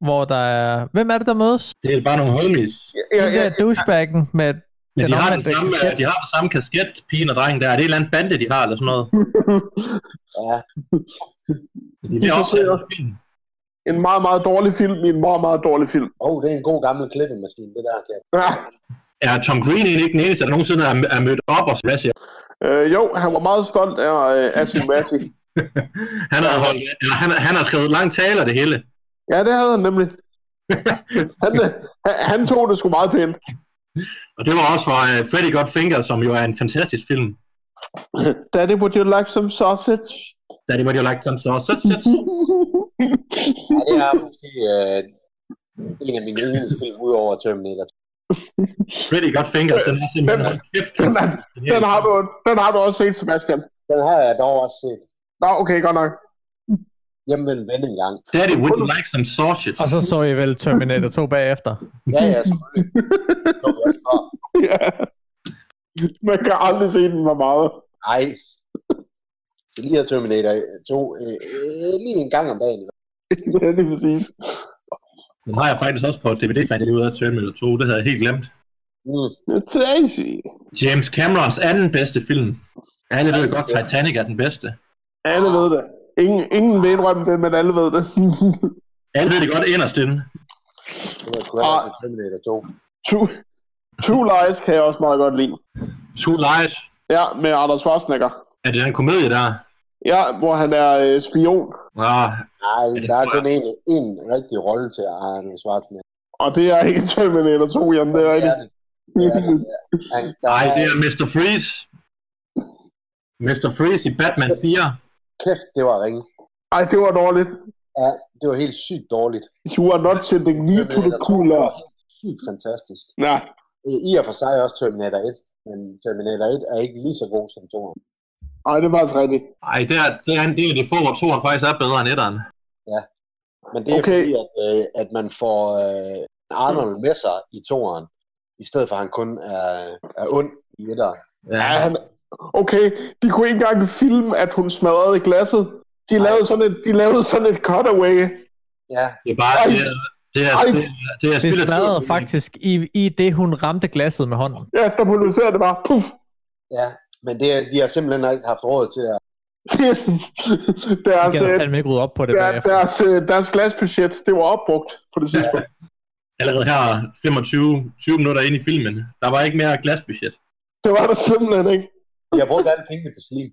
hvor der er... Hvem er det, der mødes? Det er bare nogle homies. Ja, ja, Den der douchebaggen med... Men Den de har, den omvendte samme, kasket. de har den samme kasket, pigen og drengen der. Er det et eller andet bande, de har, eller sådan Hmm. noget? Ja. De bliver De optaget. forsøger. en meget, meget dårlig film i en meget, meget dårlig film. Åh, oh, det er en god gammel klippemaskine, det der. Kan. Ja. Er Tom Green egentlig ikke den eneste, der nogensinde er, er mødt op og smasher? Øh, jo, han var meget stolt af, øh, af sin magic. Han har, holdt, eller han, han har skrevet lang taler det hele. Ja, det havde han nemlig. Han, øh, han- han tog det sgu meget pænt. Og det var også for uh, Freddy Got Finger, som jo er en fantastisk film. Daddy, would you like some sausage? Da det var jo lagt som så. så, så. Ja, det er måske øh, en af mine yndlingsfilm ud over Terminator. Freddy Got Finger, den er simpelthen hold kæft. Den, er- den, har du, den har du også set, Sebastian. Den har jeg dog også set Nå, okay, godt nok. hjemme ved en ven engang. Daddy would like some sausage. Og så så I vel Terminator 2 bagefter. Ja, ja, selvfølgelig. Det var også for. Ja. Man kan aldrig se den for meget. Ej. Jeg lider Terminator 2 øh, øh, lige en gang om dagen. Ja, lige præcis. Den har jeg faktisk også på DVD, fandt jeg lige ud af Terminator 2. Det havde jeg helt glemt. Mm. Crazy. James Camerons anden bedste film. Alle ved godt, Titanic er den bedste. Alle ved det. Ingen, ingen vil indrømme det, men alle ved det. Alle ved det godt inderst inde. Det var sgu heller ikke Terminator 2. True, True Lies kan jeg også meget godt lide. Two Lies. Ja, med Anders Schwarzenegger. Er det den komedie der? Ja, hvor han er øh, spion. Ah, Nej, det der er tror kun en, en rigtig rolle til Arne Schwarzenegger. Og det er ikke Terminator 2, jamen det er Det rigtigt. er det. Det er det. Han, der nej, er, det er Mr. Freeze. Mr. Freeze i Batman 4. Kæft, det var ringe. Ej, det var dårligt. Ja, det var helt sygt dårligt. You are not sending me to the Terminator 2 cooler. var helt sygt fantastisk. Nej, Øh, I og for sig også Terminator 1, men Terminator 1 er ikke lige så god som 2'eren. ej, det var faktisk rigtigt. Ej, det er, det er, det er det få, hvor toeren faktisk er bedre end etteren. Men det er Okay. okay. fordi, at, øh, at man får øh, Arnold Hmm. med sig i 2'eren, i stedet for at han kun er, er ond i 1'eren. Ja, han... Okay, de kunne ikke engang filme, at hun smadrede glasset. De lavede, sådan et, de lavede sådan et cutaway. Ja, Det er bare, Ej. det er, det er, Ej. det er, det er, Det spild af smadrede tid. faktisk i, i det, hun ramte glasset med hånden. Ja, der producerede det bare. Puff. ja. Men det, er- de har simpelthen ikke haft råd til at... Jeg deres, kan øh, fandme ikke rydde op på det der, bagefter. deres, øh, deres glasbudget, det var opbrugt på det tidspunkt. Allerede her 25 20 minutter ind i filmen. Der var ikke mere glasbudget. Det var der simpelthen ikke. De har brugt alle pengene på slim.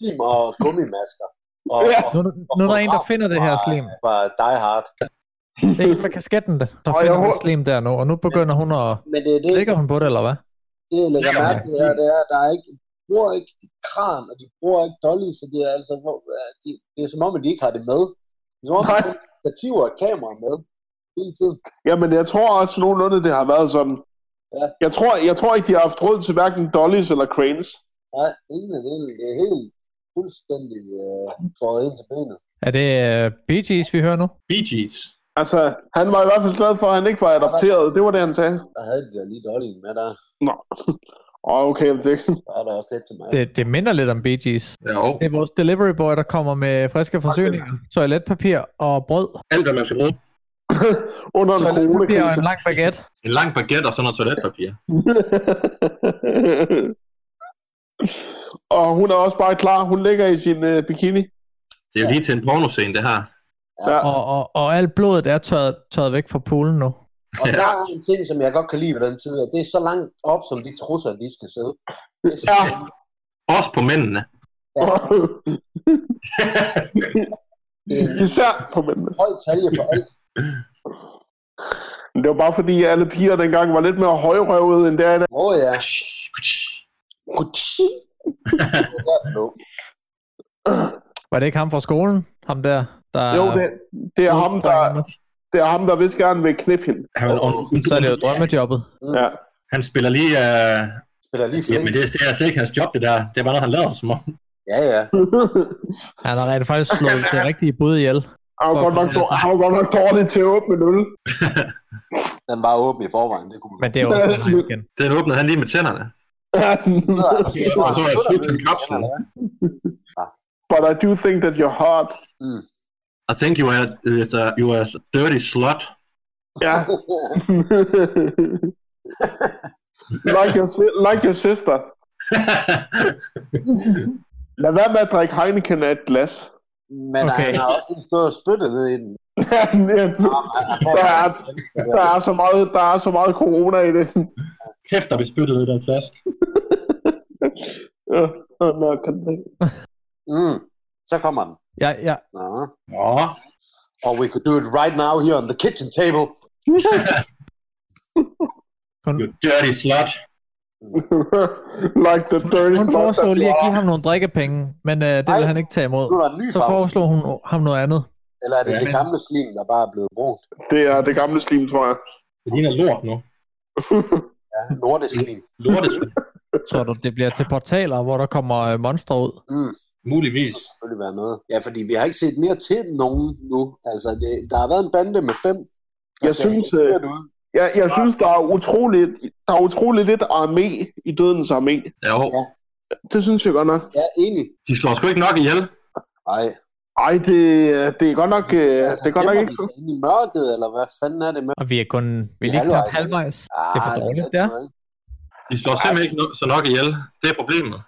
Slim og gummimasker. Og, Ja. ja. Nu, nu er der en, der finder det her slim. Fra Die Hard. Det er ikke med kasketten, der der Og jeg finder det håber- slim der nu. Og nu begynder hun at... Men det er det, Ligger hun på det, eller hvad? det jeg lægger Lægger mærke til, her, det er, at der er ikke, de bruger ikke kran, og de bruger ikke dolly, så det er, altså, hvor, er de, det er som om, at de ikke har det med. Det er som om, Nej. at de har et stativ og et kamera med. Hele tiden. Jamen, jeg tror også nogenlunde, det har været sådan. Ja. Jeg tror, jeg tror ikke, de har haft råd til hverken dollies eller cranes. Nej, ingen af det. Det er helt fuldstændig øh, skåret ind til benet. Er det uh, Bee Gees, vi hører nu? Bee Gees. Altså, han var i hvert fald glad for, at han ikke var adopteret. Det var det, han sagde. Der havde de da lige dollyen med der. Nå. Og okay, det, Der er der også lidt til mig. Det, det minder lidt om Bee Gees. Ja, og Det er vores delivery boy, der kommer med friske forsyninger, toiletpapir og brød. alt, hvad man skal bruge. under en Toiletpapir og coronakrise. en lang baguette. En lang baguette og sådan noget toiletpapir. og hun er også bare klar. Hun ligger i sin øh, bikini. Det er jo lige til en pornoscene, det her. Ja. Og, og, og alt blodet er tørret, tørret væk fra poolen nu. Og Ja. der er en ting, som jeg godt kan lide ved den tid, at det er så langt op, som de trusser, de skal sidde. Det er så Ja. Også på mændene. det er en Især på mændene. høj talje på alt. Men Det var bare fordi, alle piger dengang var lidt mere højrøvede, end det er i dag. Åh oh, ja. Kuti. Det er der, den lå. Var det ikke ham fra skolen? Ham der, der... Jo, det, det, er ham, der, det er ham, der vist gerne vil knippe hende. Han, Så er det jo drømmejobbet. Ja. han spiller lige... Øh... Spiller lige flink. Jamen, det, er- det er slet ikke hans job, det der. Det er bare noget, han lader som om. Ja, ja. Han har rent faktisk slået det rigtige bud ihjel. Han var For godt nok, at komme han var godt nok dårlig til at åbne en øl. Den var åben i forvejen, det kunne man. Men det er jo også sådan igen. Den åbnede han lige med tænderne. Og Og så er jeg slut med kapslen. But I do think that your heart... I think you are, uh, you are a dirty slut. Ja. like, your, si- like your sister. Lad være med at drikke Heineken af et glas. Men okay. Okay. han har også lige stået og spyttet ned i den. Han- han får- der, er, der, er så meget, der er så meget corona i det. Kæft, der blev spyttet ud af den flaske. Ja, nå, kan det- Mm. Så kommer den. Jeg, jeg, Nå. Nå, Or we could do it right now here on the kitchen table. you dirty slut. like the dirty hun fuck foreslog that lige you at give are. ham nogle drikkepenge, men øh, det ville Ej. han ikke tage Nu er imod. der en ny Så farve. foreslog hun ham noget andet. Eller er det Ja, det men- gamle slim, der bare er blevet brugt? Det er det gamle slim, tror jeg. Det ligner lort nu. Ja, nordisk slim. Lorteslim. Tror du, det bliver til portaler, hvor der kommer øh, monstre ud? Muligvis. selvfølgelig være noget. Ja, fordi vi har ikke set mere til nogen nu. Altså, det, der har været en bande med fem. der Jeg ser synes, helt øh, forkert ud. Jeg, jeg synes, der er utroligt, der er utroligt lidt armé i dødens armé. Jo, Det synes jeg godt nok. Ja, enig. de slår sgu ikke nok ihjel. Ej. Altså, Ej, det, det er godt nok, øh, det er godt nok gemmer ikke de så. sig Inde i mørket, eller hvad fanden er det med? Og vi er kun vi er lige Halvvejs, knap ikke? halvvejs. Ah, Det er for dårligt, det ja. er noget. De slår simpelthen ikke no- så nok ihjel. Det er problemet.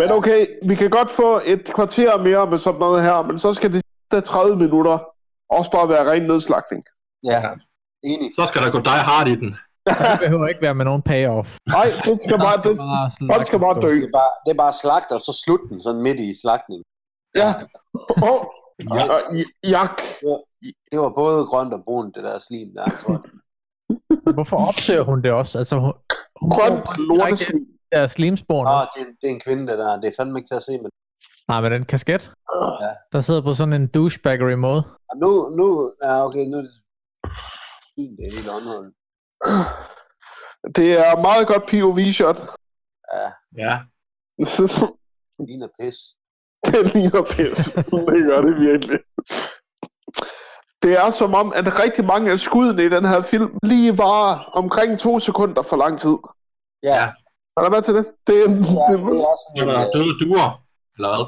Men okay, vi kan godt få et kvarter mere med sådan noget her, men så skal de sidste 30 minutter også bare være ren nedslagning. Ja, enig. Så skal der gå dig hard i den. Og det behøver ikke være med nogen payoff. Nej, det skal bare, det, folk skal bare dø. Det er, bare, det er bare slagt, og så slut den sådan midt i slagtningen. Ja. Åh, og j- jak. Det var både grønt og brunt, det der slim der. tror jeg. Hvorfor opsøger hun det også? Altså, hun, hun Grønt lortesvin. der slimsporene. Ah. Nå, Ah, det, er- det er en kvinde, det der. Det er fandme ikke til at se, men Nej, men den kasket, Ah. Ja. der sidder på sådan en douchebaggery måde. Og Ah, nu, nu, ja, okay, nu er det fint, det er helt åndholdt. Det er meget godt POV-shot. Ja, Ja. det ligner pis. Det ligner pis. Det gør det virkelig. Det er som om, at rigtig mange af skuddene i den her film lige var omkring to sekunder for lang tid. Ja, Ja. ja Er der med til det? Det, er, det, det er Når sådan der en, er øh, døde duer. Eller hvad?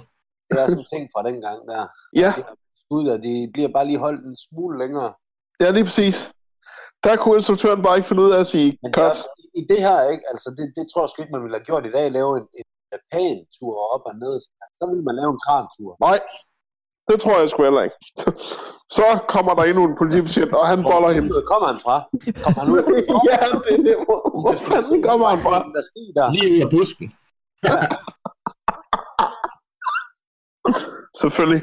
det er sådan en ting fra dengang der. ja, Skud, og de bliver bare lige holdt en smule længere. ja, lige præcis. Der kunne instruktøren bare ikke finde ud af at sige Men det er cut. også, i det her, ikke? Altså, det, det tror jeg sgu ikke, man ville have gjort i dag. Lave en, en pæn tur op og ned. Så ville man lave en krantur. Nej, det tror jeg sgu heller ikke. Så kommer der endnu en politibetjent, og han boller hende. Hvor kommer han fra? Kommer han ud? ja, det er det. Hvor, hvor fanden kommer han fra? Der sker der. Lige ud af busken. Selvfølgelig.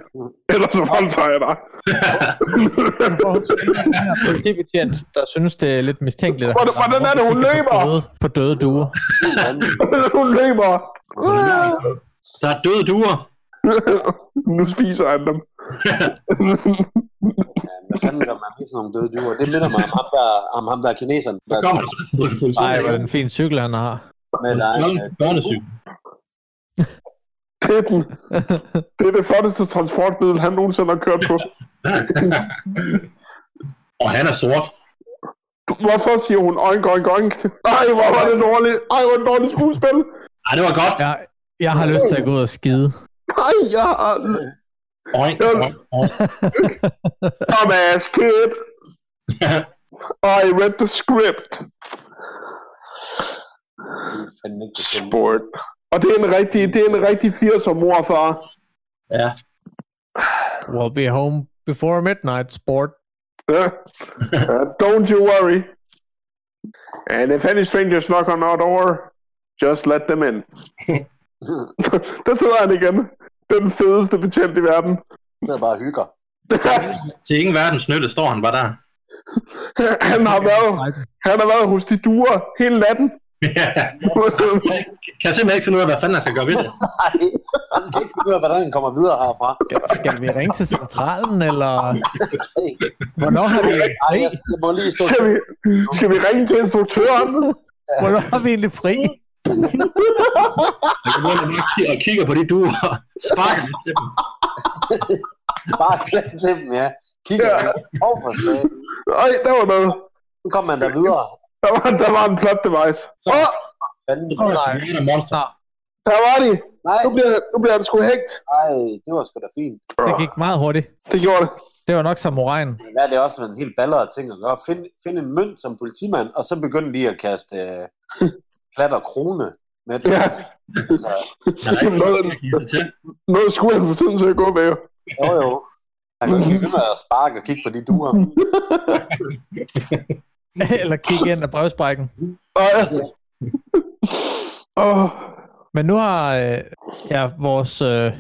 Ellers så voldtager jeg dig. Hvorfor hun synes, at den her politibetjent, der synes, det er lidt mistænkeligt. at Hvordan- han hvordan er det, hun kigger på løber? døde- På døde duer. Hun løber. Der er døde duer. nu spiser han dem. Ja, Hvad fanden gør man med sådan nogle døde dyr? Det minder mig om ham der, om ham der er kineseren. Så Der kommer der sådan en politi. Nej, hvor er det en fin cykel, han har. med dig. Børnesyg. Det er, den, det er det flotteste transportmiddel, han nogensinde har kørt på. Og han er sort. Hvorfor siger hun oink, oink, oink? Ej, hvor var det dårligt. Ej, hvor er det dårligt skuespil. Ej, det var godt. Jeg, jeg har lyst til at gå ud og skide. Ej, jeg har... øh, Oink, oink, oink. Dumbass kid. I read the script. Det er fandme ikke bestemt. Sport. Og det er en rigtig, det er en rigtig 80'er mor, far. Ja. We'll be home before midnight, sport. Ja. Uh, don't you worry. And if any strangers knock on our door, just let them in. Der sidder han igen. Den fedeste betjent i verden. Det er bare og hygger. Til ingen verdens nytte står han bare der. han, har været, han har været hos de duer hele natten. kan jeg simpelthen ikke finde ud af, hvad fanden jeg skal gøre ved det. Nej, han kan ikke finde ud af, hvordan han kommer videre herfra. Skal vi ringe til centralen, eller... Hvornår har vi, Ej, jeg jeg må lige stå Skal vi, skal vi ringe til instruktøren? hvornår har vi egentlig fri? Jeg går rundt og bare kigger- og kigger på de duer. Sparker lidt til dem. bare glem til dem, ja. Kigger Ja. ja. over for sig. Ej, der var noget. Nu kommer man der videre. Der var, der var en plot device. Åh, fanden. Det var Nej. Spider-Man Monster. Der var de. Nej, Nu bliver, nu bliver det sgu hægt. nej, det var sgu da fint. Det gik meget hurtigt. Det gjorde det. Det var nok samuraien. Men Hvad er det også for en helt balleret ting at gøre? Find, find en mønt som politimand, og så begynde lige at kaste øh, plat og krone med det. Ja. Altså, Der er ikke noget, der giver sig til. Noget skulle han få tiden til at gå med, jo. jo jo. Han kan jo ikke blive ved med at sparke og kigge på de duer. Eller kigge ind af brevsprækken. Og, og, Men nu har øh, ja, vores øh,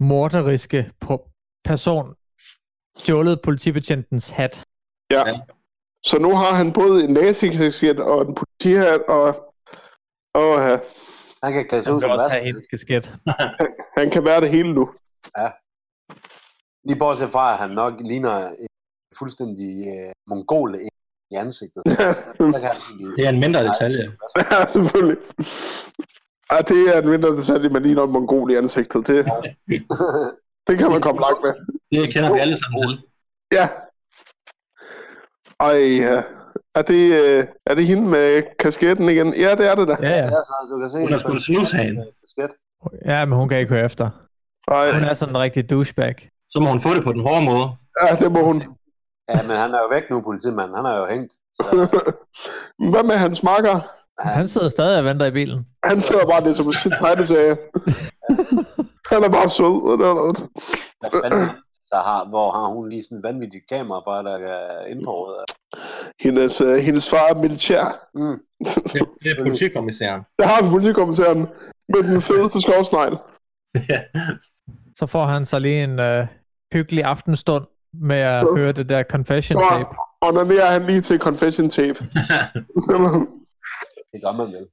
morderiske po- person stjålet politibetjentens hat. ja. Så nu har han både en nazi og en politihat, og, og ja, Han kan kaste Han ud vil som også hvad. have hendes kasket. han kan være det hele nu. Lige bortset fra, at han nok ligner en fuldstændig øh, mongol i ansigtet. Så kan han blive... Det er en mindre detalje. ja, selvfølgelig. Ja, det er en mindre detalje, man ligner en mongol i ansigtet. Det, det kan man komme langt med. Det kender vi alle sammen til. Ja. Ej, ja. Er det, øh, er det hende med kasketten igen? Ja, det er det da. Ja, ja. ja, så du kan se... Hun har sgu en snushagen. Skat. ja, men hun kan ikke høre efter. Ej, Hun er sådan en rigtig douchebag. Så må hun få det på den hårde måde. ja, det må hun. Ja, men han er jo væk nu, politimanden. Han er jo hængt. Så, Hvad med hans makker? Han sidder stadig og venter i bilen. Han sidder bare lidt som sin tegnet sagde. Han er bare sød. Eller noget. hvad fanden, så har, hvor har hun lige sådan en vanvittig kamera, bare der kan indforråde. Hendes, øh, hendes far er militær. Mm. Det det er politikommissæren. Der har vi politikommissæren med den fedeste skovsnegl. Ja. Så får han så lige en øh, hyggelig aftenstund med at Så- høre det der confession Så tape. onanerer han lige til confession tape. Det gør man vel.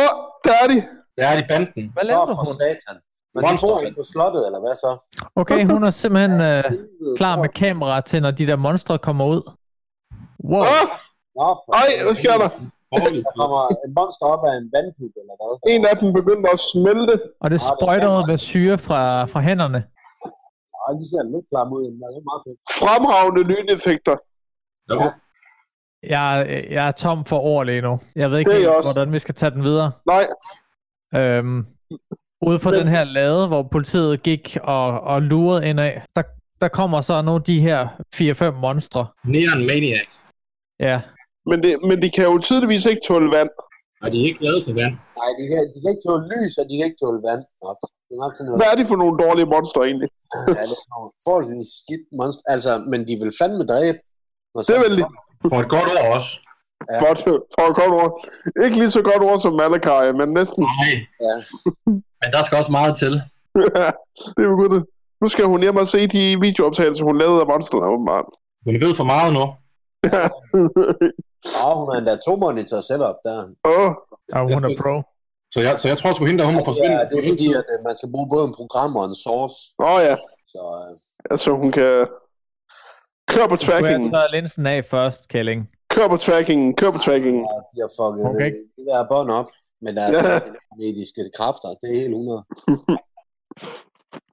Åh, oh, der er de. Der er de banden. Hvad Nå, laver for hun? satan. Men de bor ikke på slottet, eller hvad så? Okay, hun er simpelthen øh, klar med Hvor- kamera til, når de der monstre kommer ud. Wow. Åh, oh, Nå, for ej, hvad sker der? Borgerlig. Der kommer en monster op af en vandpyt, eller hvad? En af dem begyndte at smelte. Og det Ah, det er sprøjter godt. med syre fra, fra hænderne. Ej, de ser lidt klar mod hende. Det er meget fedt. Fremragende lyneffekter. Jo. Jeg, er- jeg er tom for ord lige nu. Jeg ved ikke Det er jeg helt, også. hvordan vi skal tage den videre. Nej, Øhm, ude for Men- den her lade, hvor politiet gik og, og lurede indad, der, der kommer så nogle af de her 4-5 monstre. Neon Maniac. Ja, men, det, men de kan jo tydeligvis ikke tåle vand. Og de er ikke glade for vand. Nej, de kan, de kan ikke tåle lys, og de kan ikke tåle vand. Nå, det er nok sådan noget. Hvad er de for nogle dårlige monster egentlig? Ja, det er nogle forholdsvis skidt monster. Altså, men de vil fandme dræbe. Og så- Det vil de. For et godt ord også. Ja. Godt, for et godt ord. Ikke lige så godt ord som Malakai, men næsten. Nej. Ja. Men der skal også meget til. det er jo godt. Nu skal hun hjem og se de videooptagelser, hun lavede af monsterne, åbenbart. Hun ved for meget nu. Åh, hun har endda to monitor setup der. Åh, og hun er pro. Så jeg, så jeg tror sgu hende, der hun må Ja, forsvinde. det er fordi, at øh, man skal bruge både en program og en source. oh, ja. Så øh, Altså, hun kan... Kør på Du er trackingen. tørre linsen af først, Kælling. Kør på trackingen. Kør på trackingen. ja, de har fucket Okay. okay. det der bånd op. Men der er Ja. ja. mediske kræfter, det er helt 100.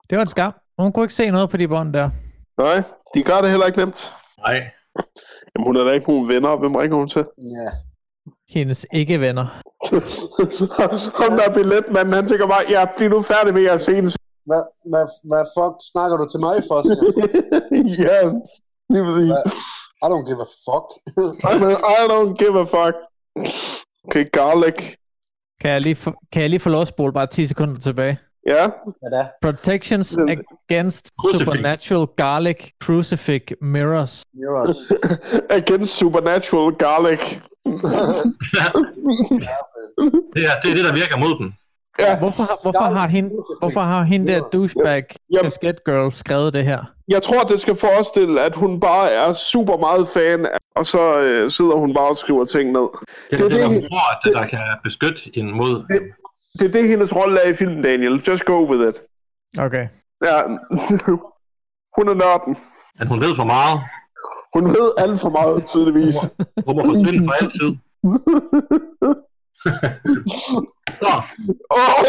Det var en skam. Hun kunne ikke se noget på de bånd der. Nej, de gør det heller ikke nemt. Nej. Jamen, hun er da ikke nogen venner. Hvem ringer hun til? Ja. Hendes ikke-venner. Ham der billetmanden, han tænker bare, ja, bliv nu færdig med jeres seneste. Hvad, hvad, hvad fuck snakker du til mig for? siger jeg. ja, lige præcis. Hvad? I don't give a fuck. I don't, I don't give a fuck. Okay, garlic. Kan jeg lige få, kan jeg lige få lov at spole bare 10 sekunder tilbage? Ja, Hvad da? Protections Jamen, against Crucifix. supernatural garlic crucifix mirrors. Mirrors. against supernatural garlic. Det er, det er det, der virker mod dem. Ja, Hvorfor, har- hvorfor har hende, hvorfor har hende der Mirrors. douchebag Jamen. Casket Girl skrevet det her? jeg tror, det skal forestille, at hun bare er super meget fan, af- og så øh, sidder hun bare og skriver ting ned. Det er det, Det er der hun det- tror, at det, der kan beskytte hende mod. Det er det, hendes rolle er i filmen, Daniel. Just go with it. Okay. Ja, hun er nørden. At hun ved for meget. Hun ved alt for meget, tydeligvis. Hun må forsvinde for altid. Så, Åh, oh,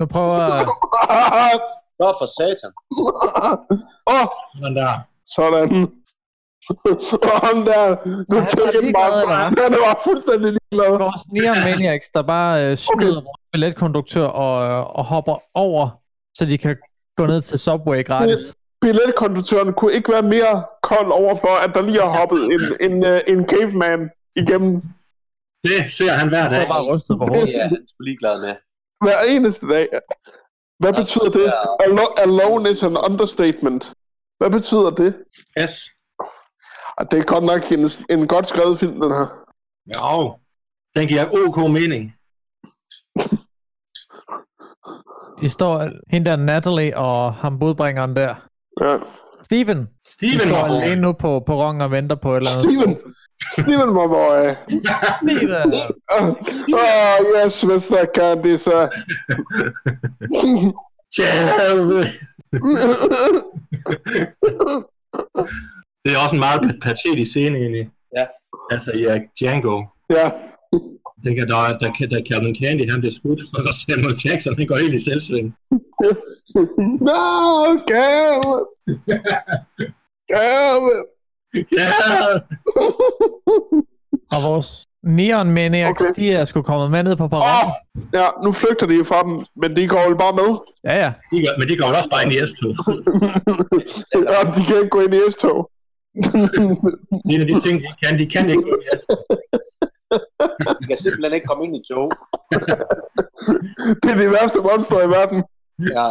Nu prøver Nå, for satan. Åh, sådan der. sådan. og ham der, nu Han er tænker jeg ligeglad, bare, eller hvad? han var fuldstændig ligeglad. Vores Neon Maniacs, der bare øh, skyder okay. vores billetkonduktør og, øh, og hopper over, så de kan gå ned til Subway gratis. Billetkonduktøren kunne ikke være mere kold over for, at der lige har hoppet en, en, øh, en caveman igennem Det ser han hver Og dag. så bare rystet på Det hovedet. er han sgu ligeglad med. hver eneste dag. Hvad Altså, betyder det? ja. Alo- alone is an understatement. Hvad betyder det? Yes. Og det er godt nok en, en godt skrevet film, den her. Jo. Den giver ok mening. De står, hende der Natalie og ham budbringeren der. Ja. Steven, de Steven står var alene nu på perronen og venter på et eller andet. Steven! Steven, øh, my boy! Steven! Oh, yes, Mr. Candy, sir. Hjælpe. Det er også en meget pa- patetisk scene egentlig. Ja. Altså i ja, Django. ja. Jeg Tænker, der, der, der, der Calvin Candy, han bliver skudt, og der Samuel Jackson, han går helt i selvsving. No, Cam! Cam! Ja! Og vores Neon Maniacs, Okay. okay. de er sgu kommet med ned på perronen. Åh! Oh. Ja, nu flygter de fra dem, men de går jo bare med. Ja, ja. De går, men de går jo også bare ind i S-tog. ja, de kan ikke gå ind i S-tog. Det er en af de ting, de ikke kan. De kan ikke gå ind i S-tog. De kan simpelthen ikke komme ind i tog. det er de værste monster i verden. Ja,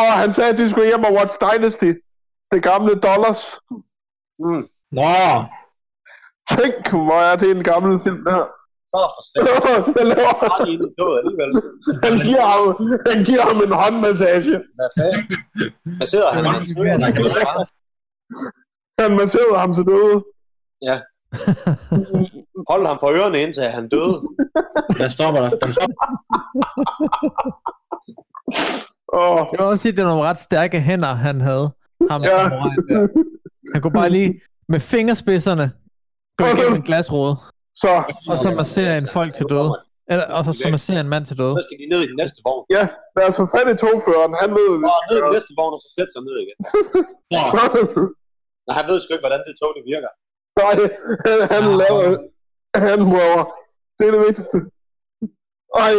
Og han sagde, at de skulle hjem og watch Dynasty. Det gamle Dollars. mm, Nå! Tænk, hvor er det en gammel film, der. så forstår Han laver- jeg ind i toget alligevel. han, giver ham, han giver ham en håndmassage. Hvad fanden? Hvad sidder han? Han tror, at han kan være bare. Han masserede ham til døde. Hold ham for ørerne indtil han døde. Der stopper der. Han stopper. Og Jeg vil også sige, at det var nogle ret stærke hænder, han havde. Ham Ja. ja. der. Han kunne bare lige med fingerspidserne gå igennem en glasrude, så, og så massere en folk til døde. Eller, og så- så massere en mand til døde. Så skal de ned i den næste vogn. ja, lad os få fat i togføreren. Han ved det. Og ned i den næste vogn, og så sætte sig ned igen. Nå, Nej, han ved sgu ikke, hvordan det tog det virker. Nej, han, han Ja. laver... Han røver. Det er det vigtigste. Ej,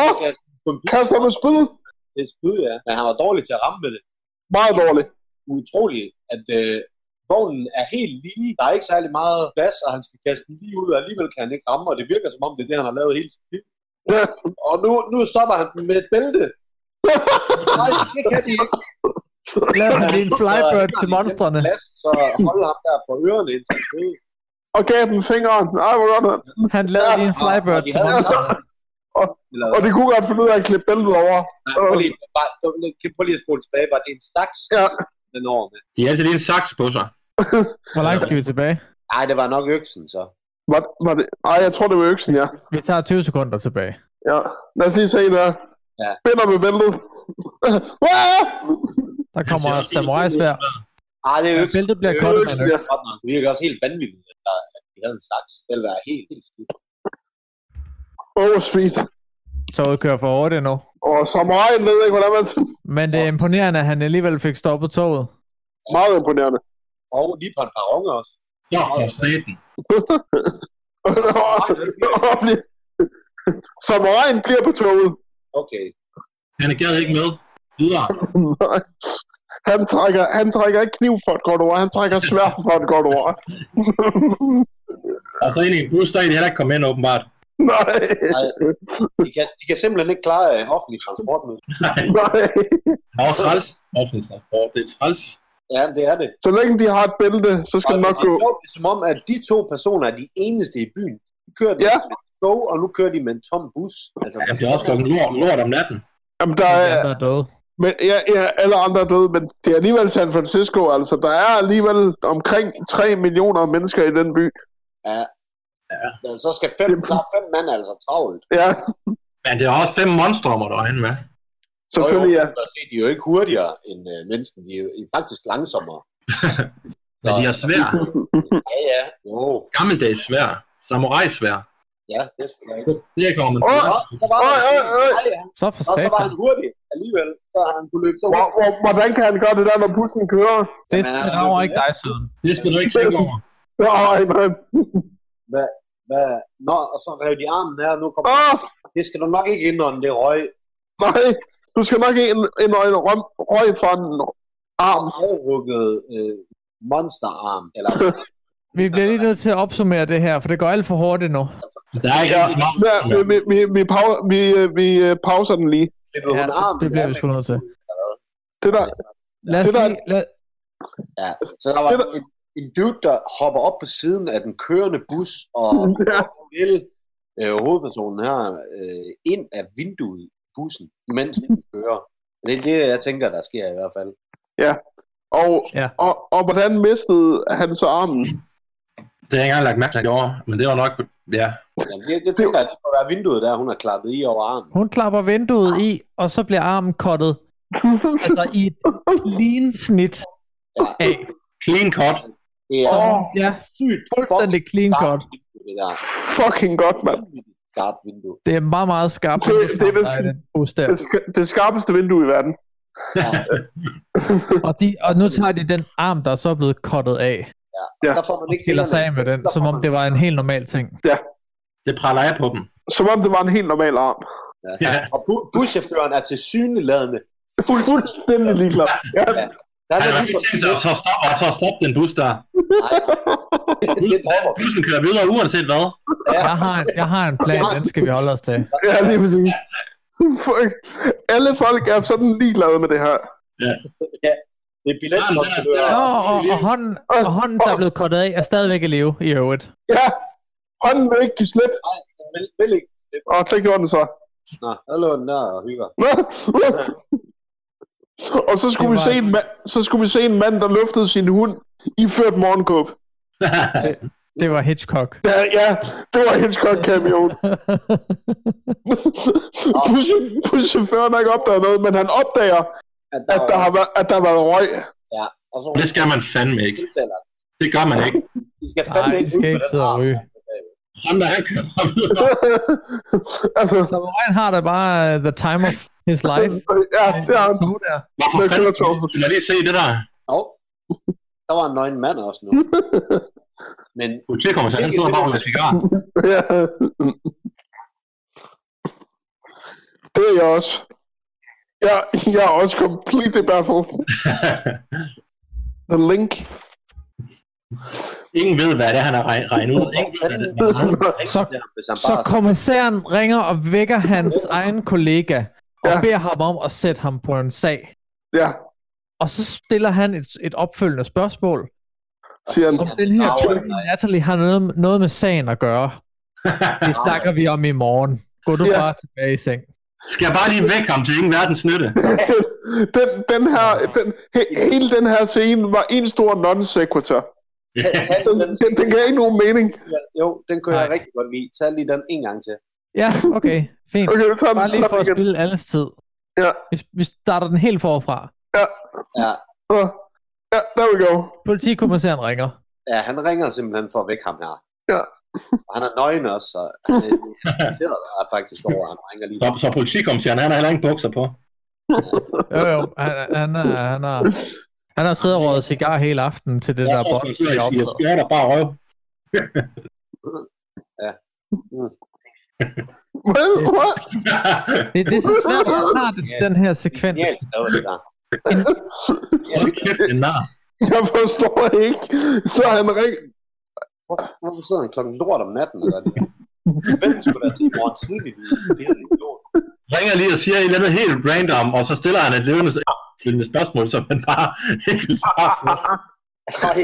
Og åh, så kan jeg sgu- kaster med spyd. Det er spyd, ja. Men han var dårlig til at ramme med det. Meget dårligt. Utroligt, at øh, vognen er helt lige. Der er ikke særlig meget plads, og han skal kaste den lige ud, og alligevel kan han ikke ramme, og det virker som om, det er det, han har lavet hele sit liv. Ja. Og nu, nu stopper han den med et bælte. Nej, det kan de ikke. Lavede han lige en flybird til monstrene. Plads, så øh, hold ham der for ørerne indtil han døde. Og gav dem fingeren. Ej, hvor godt. han- Han lavede lige en flybird Og de til havde monstrene. sammen. Eller- Og de kunne godt finde ud af at klippe bæltet over. Nej, prøv lige, bare, prøv lige at spole tilbage. Var det en saks, Ja. den over med? de har altid lige en saks på sig. Hvor langt skal vi tilbage? Nej, det var nok øksen, så. Øh, Var, var det... Ej, jeg tror, det var øksen, ja. Vi tager 20 sekunder tilbage. ja. Lad os lige se der. Ja. Binder med bæltet. Ah! Der kommer et samurai-svær. Ej, det er øksen. Bæltet bliver Det er kort, øksen, men ja. Godt nok. Det virker også helt vanvittigt, at der- at de havde en saks. Det ville være helt, helt skidt. Overspeed. toget kører for hurtigt nu. Og samuraien ved ikke, hvordan man... Men det er imponerende, at han alligevel fik stoppet toget. Meget imponerende. Og lige på en perron også. Nå, for satan. Og bliver- samuraien bliver på toget. Okay. Han er gad ikke med. Videre. Nej. Han trækker, han trækker ikke kniv for et godt ord, han trækker svær for et godt ord. Og så ind i en bus, der er de heller ikke kommet ind, åbenbart. Nej. Nej. De kan, de kan simpelthen ikke klare øh, offentlig transport nu. Nej. Der er også træls. Offentlig transport, det er træls. Ja, det er det. Så længe de har et bælte, så skal Og det nok det gå. er sjovt, det er som om, at de to personer er de eneste i byen. De kører Ja. ja. tog, og nu kører de med en tom bus. Altså, Jamen, det er også klokken lort, lort om natten. Jamen, der Ja, er, der er døde. Men ja, ja, alle andre er døde, men det er alligevel San Francisco. Altså, der er alligevel omkring 3 millioner mennesker i den by. så skal fem, der er fem mand altså travlt. Ja, Men det er også fem monstre, må du regne med. selvfølgelig ja. Jo, jo, der ser de jo ikke hurtigere end øh, mennesken. De er jo de er faktisk langsommere. Men de har svær. Ja, ja. Jo. Gammeldags svær. Samurai svær. Ja, det er selvfølgelig Det kommer man Åh, til. Nå, så var Øj, han, øj, øj. Ej, han- Så for Nå, så var satan. han hurtig alligevel, så har han kunne løbe så Hvor, hurtigt. hvor, hvordan kan han gøre det der, når bussen kører? Det, Jamen, det han rager er ikke dig siden. Det skal du ikke tænke over. Nej, man. Hvad? Nå, og så rev de armen her, nu kommer... Ah, Det skal du nok ikke indånde, det røg. nej. Du skal nok en, en, en røm, røg fra en arm. Afrukket øh, monsterarm, eller... Vi bliver lige nødt til at opsummere det her, for det går alt for hurtigt nu. Der er ikke rigtig smart. Ja, vi, vi, vi, vi, pau, vi, øh, vi øh, pauser den lige. Klippede hun armen det bliver af, vi sgu nødt til. Det der, Lad os Det var- lige, lad, Ja, så der var Det der- en, en dude, der hopper op på siden af den kørende bus og Ja. vil øh, hovedpersonen her øh, ind af vinduet i bussen, mens den kører. Det er det, jeg tænker, der sker i hvert fald. og, Ja. og, og hvordan mistede han så armen? Det har jeg ikke engang lagt mærke til, at jeg gjorde, men det var nok... Ja, Jamen, det, det tænker jeg, det må være vinduet der, hun har klappet i over armen. hun klapper vinduet i, og så bliver armen kottet. altså i et lean snit. Af. clean cut. Det Så, er Åh. ja, sygt fuldstændig clean cut. skarpt vindue, det der. Fucking godt, mand. Vanvittigt Skarpt vindue. Det er meget, meget skarpt. Det- det er vist- det, Det, ska- det skarpeste vindue i verden. Ja. og, de, og nu tager de den arm, der så er blevet kottet af, Ja. Der får man og ikke skiller sig af med fingrene. den, Der som får om man- det var en helt normal ting. Det praller af på dem. Som om det var en helt normal arm. Ja. Og bu- buschaufføren er til syneladende. Fuldstændig ligeglad. Ja, Der er Han der var lige fint tænkt sig, og så stop, og så stop den bus der. Nej, det, det dropper vi. Bussen kører videre uanset hvad. Jeg har, en, jeg har en plan, den skal vi holde os til. ja lige præcis. Fuck. Alle folk er sådan ligeglade med det her. Det er billetkontrollører. Nå, og, og, hånden, og hånden, der er blevet kottet af, er stadigvæk i live i øvrigt. Ja, hånden vil ikke give slip. Vel, vel ikke. Og det gjorde den så. Nå, der lå den der og hygger. og så skulle, Det vi var- se en mand, så skulle vi se en mand, der løftede sin hund i ført morgenkåb. Det var Hitchcock. Ja, ja, det var helt godt cameo. Bus- Buschaufføren har ikke opdaget noget, men han opdager, At der, at der har været, at der har været røg. og så Og det skal man fandme ikke. Tiltaler. Det gør man ikke. De skal fandme Nej, de ud skal med ikke den sidde og arm. ryge. Ham der, han kører bare videre. altså, Så Ryan har da bare uh, the time of his life. ja, det har han. Tog der. Hvorfor Det kører fanden? toget. Lad lige se det der. Jo. Der var en nøgen mand også nu. Men Politiet kommer til, han sidder bare med en cigar. Ja. Det er jeg også. Jeg, jeg er også completely baffled. The link. Ingen ved, hvad det er, han har regn- regnet ud. Ingen ved, hvad det er. Så, hvis han så bare... kommissæren ringer og vækker hans egen kollega og Ja. beder ham om at sætte ham på en sag. Ja, Og så stiller han et, et opfølgende spørgsmål, siger han. om den her type Natalie har noget, noget med sagen at gøre. Det snakker vi om i morgen. Gå du Ja. bare tilbage i seng. Skal jeg bare lige væk ham til ingen verdens nytte? Den, den her, den, he, hele den her scene var en stor non sequitur. Tag, tag Den, den, den, den gav ikke nogen mening. jo, den kunne jeg Nej. rigtig godt lide. Tag lige den en gang til. Ja, okay. Fint. Okay, så Bare lige for at spille alles tid. Ja. Vi, vi starter den helt forfra. Ja, there we go. Politikommissæren ringer. Ja, han ringer simpelthen for at vække ham her. Ja. Og han er nøgen også, så han er han irriterer sig faktisk over, at han ringer lige. Så, så politikommissæren, han har heller ikke bukser på. Jo, jo. Han, han, han, er, han, er, han har siddet og røget cigar hele aften til det Jeg der tror, bånd. han der sidder er i siger, optaget. skjorter bare røv. Well, what? Det, det er så svært at klare den, den her sekvens. Genialt skrevet, det der. Hold kæft, en nar. Jeg forstår ikke. Så han ringer. Hvorfor, hvorfor sidder han klokken lort om natten? Eller det? Hvem skulle da til i morgen tidligt? Det er en idiot. ringer lige og siger et eller andet helt random, og så stiller han et levende følgende spørgsmål, som han bare ikke kan svare på. Nej.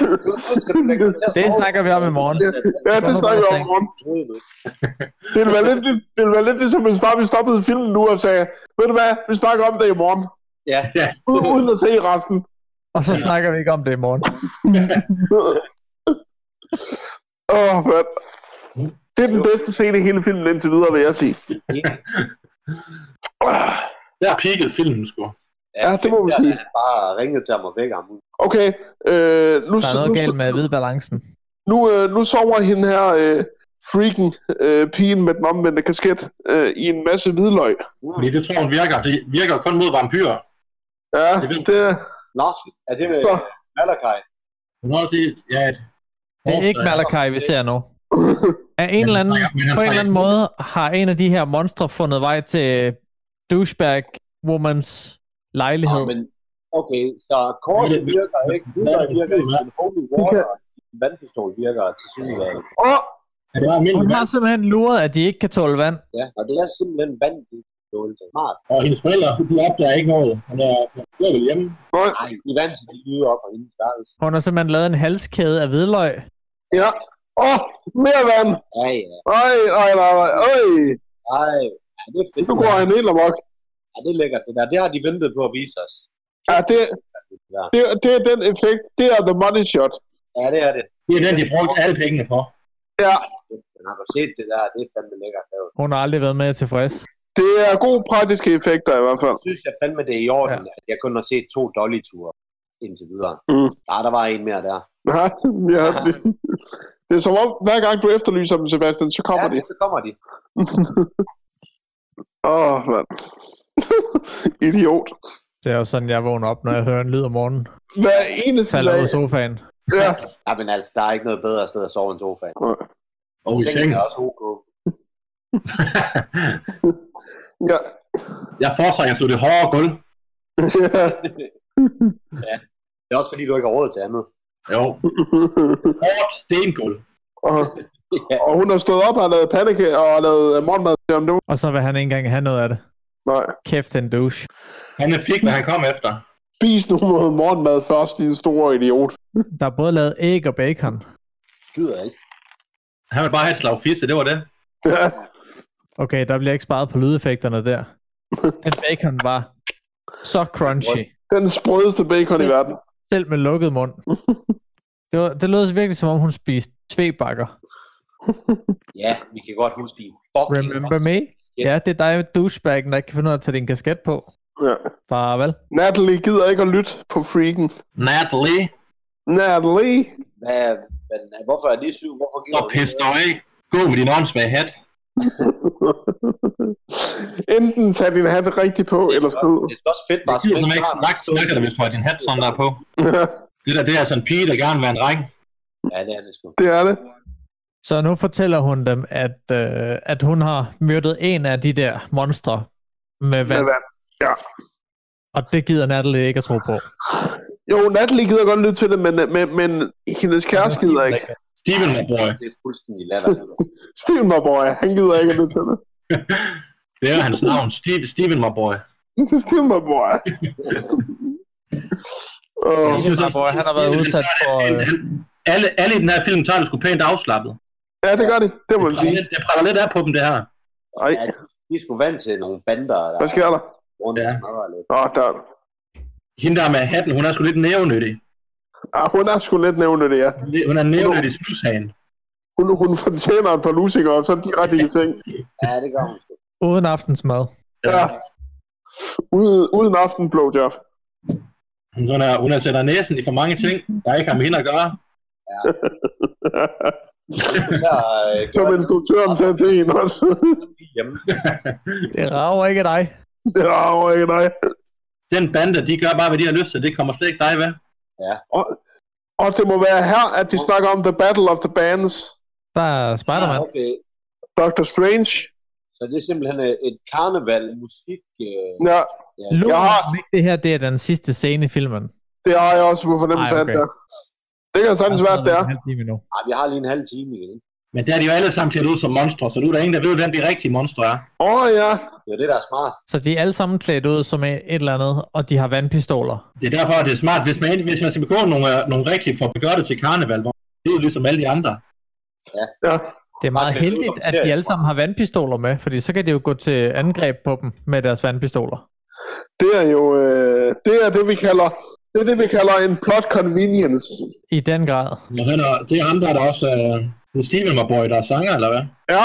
Nu nu skal du lægge dig til at Det sove. snakker vi om i morgen. Ja, det Hvorfor var snakker vi det om i morgen. Det ville være lidt, det ville være lidt ligesom, hvis bare vi stoppede filmen nu og sagde, ved du hvad, vi snakker om det i morgen. Ja, U- Uden at se resten. Og så snakker vi ikke om det i morgen. Åh, oh, mand. Det er den bedste scene i hele filmen indtil videre, vil jeg sige. Ah, Der peakede filmen, sgu. Ja, det må man der, sige. Han bare ringede til ham og vækker ham. Okay, øh, nu, Der er nu, noget galt med at vide balancen. nu, øh, nu sover hende her øh, freaking øh, pigen med den omvendte kasket øh, i en masse hvidløg. Uh, Fordi det tror hun virker. Det virker kun mod vampyrer. Ja, Det er vildt. det, Nå, er det med så, Malakai? Nå, det ja, et... Det er ikke Malakai, vi ser nu. Af en eller anden, på en eller anden måde har en af de her monstre fundet vej til douchebag womans lejlighed. Ah, men, okay, så korset Lille- virker ikke, lyset virker ikke, Lille- en holy water, en vandpistol virker til synligheden. åh, Er det bare almindelig Hun har vand? simpelthen luret, at de ikke kan tåle vand. Ja, og det er simpelthen vandpistol. Smart. Og hendes forældre, de opdager ikke noget. Hun er, hun er vel hjemme. nej, Nej, de vand til de lyder op fra hendes værelse. Hun har simpelthen lavet en halskæde af hvidløg. ja, åh, mere vand. Ja, ja. Nej, nej, nej, nej, øj, Ej, ja, det er fedt. nu går han helt amok. Ja, det er lækkert, det der. Det har de ventet på at vise os. Ja, det, Det der. det, det er den effekt, det er the money shot. Ja, det er det. Det er den, de brugte alle pengene på. Ja, Men har du set det der? Det er fandme lækkert. lavet. Hun har aldrig været mere tilfreds. det er gode praktiske effekter i hvert fald. Jeg synes jeg fandme, det er i orden, ja. at jeg kun har set to Dolly-ture indtil videre. Mm. Ja, der var en mere der. Nej, ja, det, det er som om, hver gang du efterlyser dem, Sebastian, så kommer de. ja, så kommer de. Åh, oh, mand. Idiot. Det er jo sådan, jeg vågner op, når jeg hører en lyd om morgenen. Hver eneste Falder dag. ud af sofaen. Ja. Ja, men altså, der er ikke noget bedre sted at sove end sofaen. Og i Sengen sengen. er også ok. Ja. Jeg foretrækker så det hårde gulv. ja. Det er også fordi, du ikke har råd til andet. Jo, hårdt stengulv. og, og hun har stået op og lavet pandekage og lavet øh, morgenmad til ham. Det var- Og så vil han ikke engang have noget af det. Nej. Kæft en douche. Han fik, hvad han kom efter. Spis nu noget morgenmad først, din store idiot. Der er både lavet æg og bacon. Gider ikke. Han ville bare have et slag fisse, det var det. Ja. Okay, der bliver ikke sparet på lydeffekterne der. Den bacon var så crunchy. Den sprødeste bacon i verden. Selv med lukket mund. Det, var, det lød virkelig som om, hun spiste tvebakker. Ja, vi kan godt huske de fucking... Remember me? Ja, det er dig, douchebaggen, der ikke kan finde ud af at tage din kasket på. Ja. Farvel. Natalie gider ikke at lytte på freaken. Natalie. Natalie. Hvad, men, hvorfor er de syv? Hvorfor gider Og du pisse dig af. Gå med din åndssvage hat. Enten tag din hat rigtig på, eller skid. Det er også fedt, Det bare gider som spændt ikke armen. snakke, så snakker det, hvis du har din hat sådan der på. Det der, det er altså en pige, der gerne vil være en dreng. Ja, det er det sgu. det er det. Så nu fortæller hun dem, at, øh, at hun har myrdet en af de der monstre med vand. Med vand. Og det gider Natalie ikke at tro på. Jo, Natalie gider godt lytte til det, men, men, men hendes kæreste gider ikke. Steven, my boy. Det er fuldstændig latterligt. Steven, my boy, han gider ikke at lytte til det. Det er hans navn. Steve, Steven, my boy. Steven, my boy. Åh, Jeg synes, Steven, my boy, han har været udsat for, øh, Alle, alle i den her film tager det sgu pænt afslappet. ja, det gør de. Det må man Det praller sige. lidt- Det praller lidt af på dem, det her. Ej, Ja, de er sgu vant til nogle bander, der hvad sker der? rundt Ja. og smadrer lidt. Åh, der. Hende der med hatten, hun er sgu lidt nævnyttig. Ah, hun er sgu lidt nævnt det, ja. Hun er nævnyttig i snushagen. Hun, hun fortjener et par lusikker, og så er de direkte i seng. Ja, det gør hun sgu. Uden aftensmad. Ja. Ude, uden aften blowjob. Hun er, hun er sætter næsen i for mange ting, der ikke har med hende at gøre. Der, øh, gør Som det instruktøren sagde til hende også. lige hjemme. Det rager ikke dig. Det er ikke dig. Den bande, de gør bare, hvad de har lyst til. Det kommer slet ikke dig, hvad? Og det må være her, at de snakker om The Battle of the Bands. Der er Ah, Spider-Man. okay. Doctor Strange. Så det er simpelthen øh, et karneval musik. Øh, Ja, Logisk Jeg har- nok, det her det er den sidste scene i filmen. det har jeg også på fornemmelse Ej, af, okay. okay. der. Det kan sagtens være, at det er. en halv time endnu. ah, vi har lige en halv time igen. Men der er de jo alle sammen klædt ud som monstre, så du er der ingen, der ved, hvem de rigtige monstre er. Åh oh, ja, Det er jo det, der er smart. Så de er alle sammen klædt ud som et et eller andet, og de har vandpistoler. Det er derfor, at det er smart, hvis man, hvis man skal begå nogle, øh, nogle rigtige for at gøre det til karneval, hvor det er jo ligesom alle de andre. ja. Det er meget klædt ud heldigt, som at de seriemorder. alle sammen har vandpistoler med, fordi så kan de jo gå til angreb på dem med deres vandpistoler. Det er jo øh, det, er det, vi kalder, det er det, vi kalder en plot convenience. I den grad. Og han er, det er ham, der er der også... Øh, det er Steven Marboy, der er sanger, eller hvad? Ja.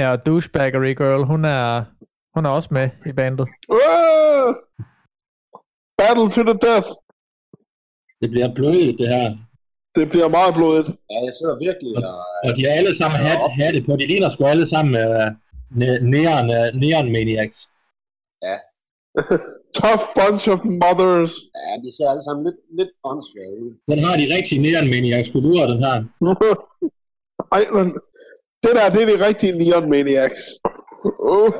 Ja, og douchebaggery girl, hun er, hun er også med i bandet. Øh! Battle to the death. Det bliver blødt, det her. Det bliver meget blodigt. Ja, jeg sidder virkelig og... Og de har alle sammen hat, hatte på. De ligner sgu alle sammen uh, neon, uh, neon maniacs. Tough bunch of mothers. Ja, de ser alle sammen lidt, lidt åndssvage ud. Den har de rigtige neon maniacs skulpturer, den her. Ej, men det der, det er de rigtige Neon Maniacs. Uh,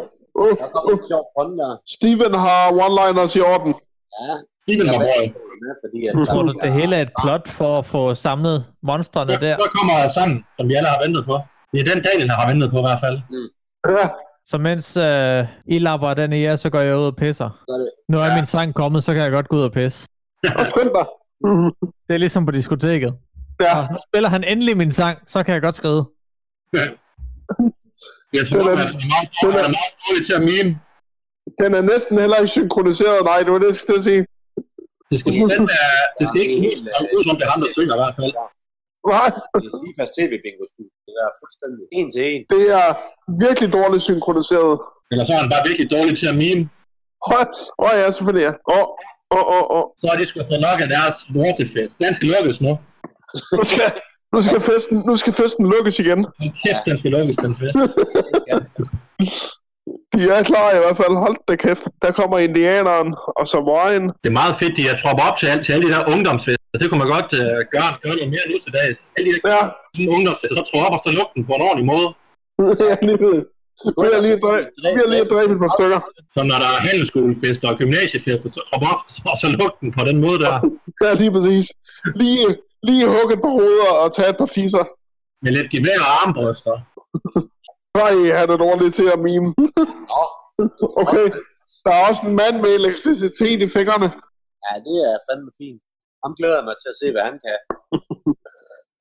uh, Der kom uh. en sjov hånd der. Steven har one-liners i orden. Ja, Steven jeg var boy. valgte med, fordi at Tror du, Altså, det hele er et plot for at få samlet monstrene der, Så kommer sammen, som vi alle har ventet på. Det er den Daniel har ventet på i hvert fald. Ja, så mens øh, I lapper den i jer, så går jeg ud og pisser. Gør det. Nu er Ja. min sang kommet, så kan jeg godt gå ud og pisse. og skynd dig. Det er ligesom på diskoteket. Ja, Og nu spiller han endelig min sang, så kan jeg godt skride. Jeg tror, Det er at han den. er meget, Det er den. han er meget dårlig til at meme. den er næsten heller ikke synkroniseret. Nej, det var det, jeg skulle til at sige. Det skal, den, uh, det skal ikke lyde så ud, som det er ham, der synger i hvert fald. Nej, Det er Sifas tv-bingo Det er fuldstændig en til en. det er virkelig dårligt synkroniseret. Eller så er han bare virkelig dårlig til at meme. Åh, oh, ja, selvfølgelig ja. Åh, åh, åh, åh. Så er de sgu fået nok af deres lortefest. Den skal lukkes nu. Nu skal, nu skal, festen, nu skal festen lukkes igen. Hold kæft, den skal lukkes, den fest. De er klar i hvert fald. Hold da kæft. Der kommer indianeren og samuraien. Det er meget fedt, de har troppet op til, alt, til alle de der ungdomsfester. Det kunne man godt uh, gøre, gøre noget mere nu til dags. Alle de der Ja, sådan ungdomsfester, så tror op og så lukke den på en ordentlig måde. jeg er lige ved. Vi har lige dræbt, vi har lige dræbt et par stykker. Som når der er handelsskolefester og gymnasiefester, så tror op og så lukke den på den måde der. Ja, lige præcis. Lige, lige hugge et par hoveder og tage et par fiser. Med lidt gevær og armbryster. Nej, han er dårlig til at mime. Nå, Okay. Der er også en mand med elektricitet i fingrene. ja, det er fandme fint. Ham glæder jeg mig til at se, hvad han kan.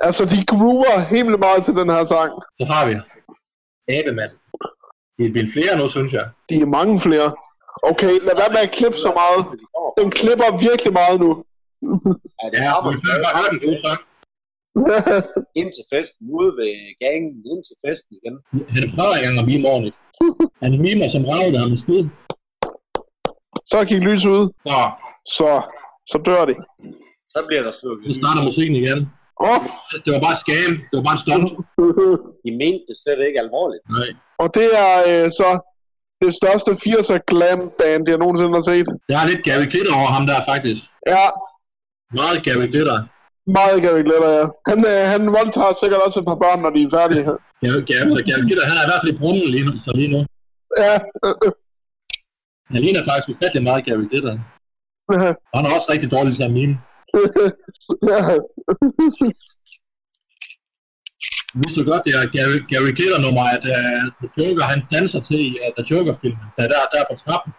Altså, de groover helt vildt meget til den her sang. Så har vi Abemand. Det er blevet flere nu, synes jeg. De er mange flere. Okay, lad være med at klippe så meget. Den klipper virkelig meget nu. Ja, det Ja, er vi kan bare høre den gode sang. ind til festen, ude ved gangen, ind til festen igen. Han prøver ikke engang at mime ordentligt. Han mimer som ravet, der har med skud. så gik lyset ud, Så, så, så dør de. Så bliver der slukket nu lys. starter musikken igen. Og, Det var bare skam. Det var bare en stunt. De mente det slet ikke alvorligt. Nej. og det er øh, så det største 80'er glam band, jeg nogensinde har set. Der er lidt Gary Glitter over ham der, faktisk. Ja, Meget Gary Glitter. meget Gary Glitter, ja. Han, øh, han voldtager sikkert også et par børn, når de er færdige. Gary, Gary, så Gary Glitter, han er i hvert fald i brunnen lige nu. Så lige nu. Ja, øh, øh, Han ligner faktisk ufattelig meget Gary Glitter. øh, Og han er også rigtig dårlig til at mime. ja. Nu så godt, det er Gary, Gary Glitter nummer, at uh, The Joker, han danser til i uh, The Joker-filmen. Der, der, der på trappen.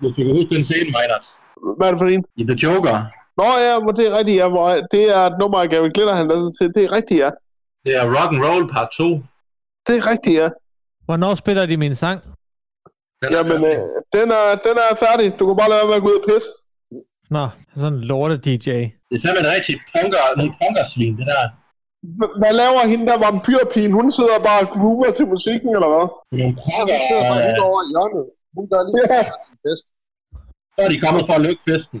Hvis du kan huske den scene, Maynard. Hvad er det for en? I The Joker, Nå ja, men det er rigtigt, ja. Hvor, det er et nummer, af Gary Glitter, han lader sig til. Det er rigtigt, ja. det er Rock and Roll part 2. Det er rigtigt, ja. Hvornår spiller de min sang? Den er Jamen, færdig. øh, den, er, den er færdig. Du kan bare lade være med at gå ud og pisse. Nå, sådan en lorte DJ. Det er fandme et rigtigt punker, nogle punkersvin, det der. H- Hvad laver hende der vampyrpigen? Hun sidder bare og groover til musikken, eller hvad? Det er Nogle Ja, punker, vi sidder bare lige øh, over i hjørnet. Hun gør lige Ja. en fest. så er de kommet for at lykke festen.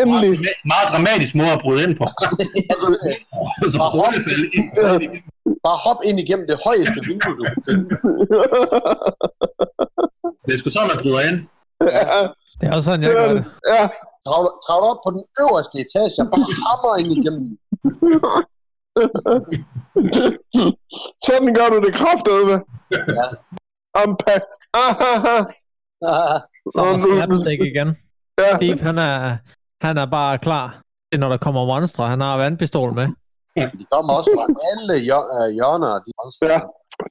Endelig. Meget, drama- meget dramatisk måde at bryde ind på. Ja, du, øh, så rullefælde ind. så er de- bare hop ind igennem det højeste vindue, du kan finde. Det er sgu sådan, man bryder ind. ja, Det er også sådan, jeg gør det. ja. Travle, travle op på den øverste etage og bare hammer ind igennem. Sådan gør du det kraftedeme. Ja. Ampa. Ahaha. Så er der slapstick igen. Ja. Steve, han er, han er bare klar, til, når der kommer monstre. Han har vandpistol med. De kommer også fra alle hjør- øh, hjørner. De monster. Ja.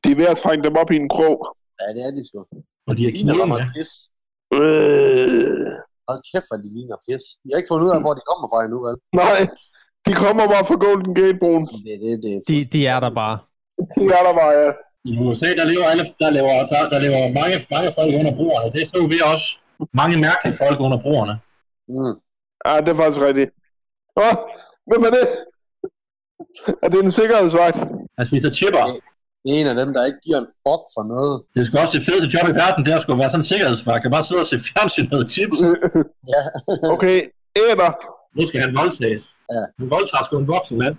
De er ved at trænge dem op i en krog. ja, det er de sgu. Og de De er ligner kniven, bare ja. meget pis. Øh. Hold kæft, hvor de ligner pis. Vi har ikke fundet ud af, hvor de kommer fra endnu, vel? Nej. De kommer bare fra Golden Gate-broen. Det, er det, det. er- De, de er der bare. De er der bare, ja. I USA, der lever, alle, der lever, der, der lever mange, mange folk under broerne. Det så vi også. Mange mærkelige folk under broerne. Mm. Ja, det er faktisk rigtigt. Åh, hvem er det? Er det en sikkerhedsvagt? Han spiser chipper. Det er en af dem, der ikke giver en fuck for noget. Det er sgu også det fedeste job i verden, det er at skulle være sådan en sikkerhedsvagt. Der bare sidder og se fjernsyn og chips. Ja. Okay, æder. Nu skal han voldtages. Ja. Han voldtager sgu en voksen mand.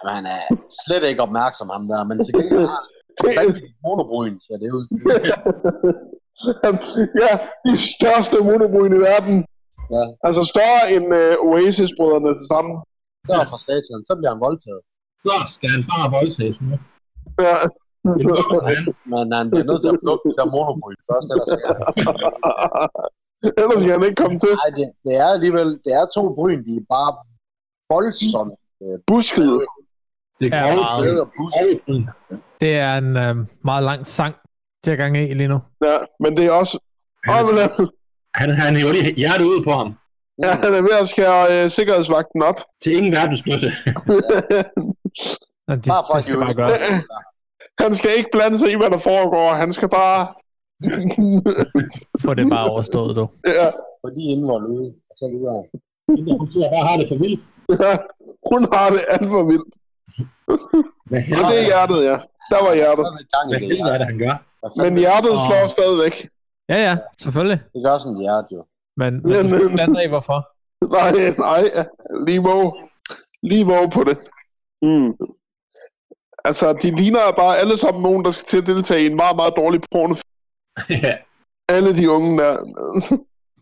Jamen, han er slet ikke opmærksom, ham der, men til gengæld har han vanvittigt monobryn, så det er jo... ja, de største monobryn i verden. Ja. Altså større end uh, Oasis-brødrene til sammen. Der er for satan, så bliver han voldtaget. Så skal han bare voldtages nu. Ja. En voksen mand. Men han bliver nødt til at plukke det der monobryn først, ellers så kan han Ellers kan han ikke komme til. Nej, det, det er alligevel, det er to bryn, de er bare voldsomt Busket. Det er Ja. grove glade og busket. bryn. Det er en øh, meget lang sang, til gang i lige nu. Ja, men det er også... Han, Åh, men er- han- han, han hiver lige hjertet ud på ham. Ja, han er ved at skære øh, sikkerhedsvagten op. Til ingen verdensnytte. Og de, Bare for de at skal hive bare det. gøre. han skal ikke blande sig i, hvad der foregår. Han skal bare... Få det bare overstået, du. ja, For de er indvold ude, og så videre. Hende der, Hun sidder bare og har det for vildt. ja. Hun har det alt for vildt. Hvad Men det helvede, er hjertet, ja. Der var hjertet. Der er gang i hvad det, helvede ja. er det, han gør? Hvad Men fanden- hjertet Åh. slår stadigvæk. Ja, ja, selvfølgelig. Det gør sådan, de er det jo. Men, men Ja, du skal men- ikke blande dig i, hvorfor. Nej, nej. Lige våg. Lige våg på det. Mm. Altså, de ligner bare alle sammen nogen, der skal til at deltage i en meget, meget dårlig porno. ja. Alle de unge der.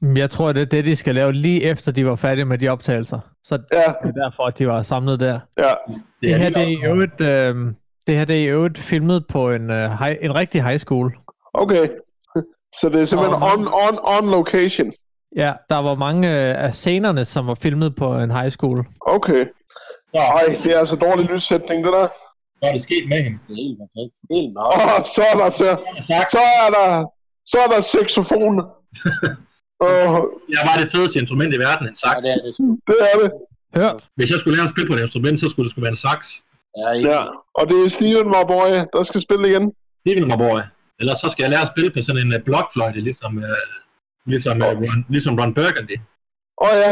Men Jeg tror, det er det, de skal lave lige efter, de var færdige med de optagelser. Så det ja, er derfor, at de var samlet der. ja. Det her, det er i lige også- øvrigt, øh, det her, det er i øvrigt filmet på en, øh, high, en rigtig high school. Okay. Så det er simpelthen Nå, on, on, on location. Ja, der var mange øh, af scenerne, som var filmet på en high school. Okay. Så, Ej, det er altså dårlig lyssætning, det der. så er det sket med hende. Det er helt perfekt. Helt nok. Åh, oh, så er der så, Jeg har sagt, så er der, så er der saxofon. Åh, jeg var det fedeste instrument i verden, en Ja, sax. det er det. sgu. det er det. Hørt? Hvis jeg skulle lære at spille på et instrument, så skulle det skulle være en sax. Ja, helt. Ja. Og det er Steven, my boy, der skal spille igen. Det vil mig boy. Ellers så skal jeg lære at spille på sådan en uh, blokfløjte, ligesom, uh, ligesom, uh, Ron, ligesom Ron Burgundy. Åh oh, ja,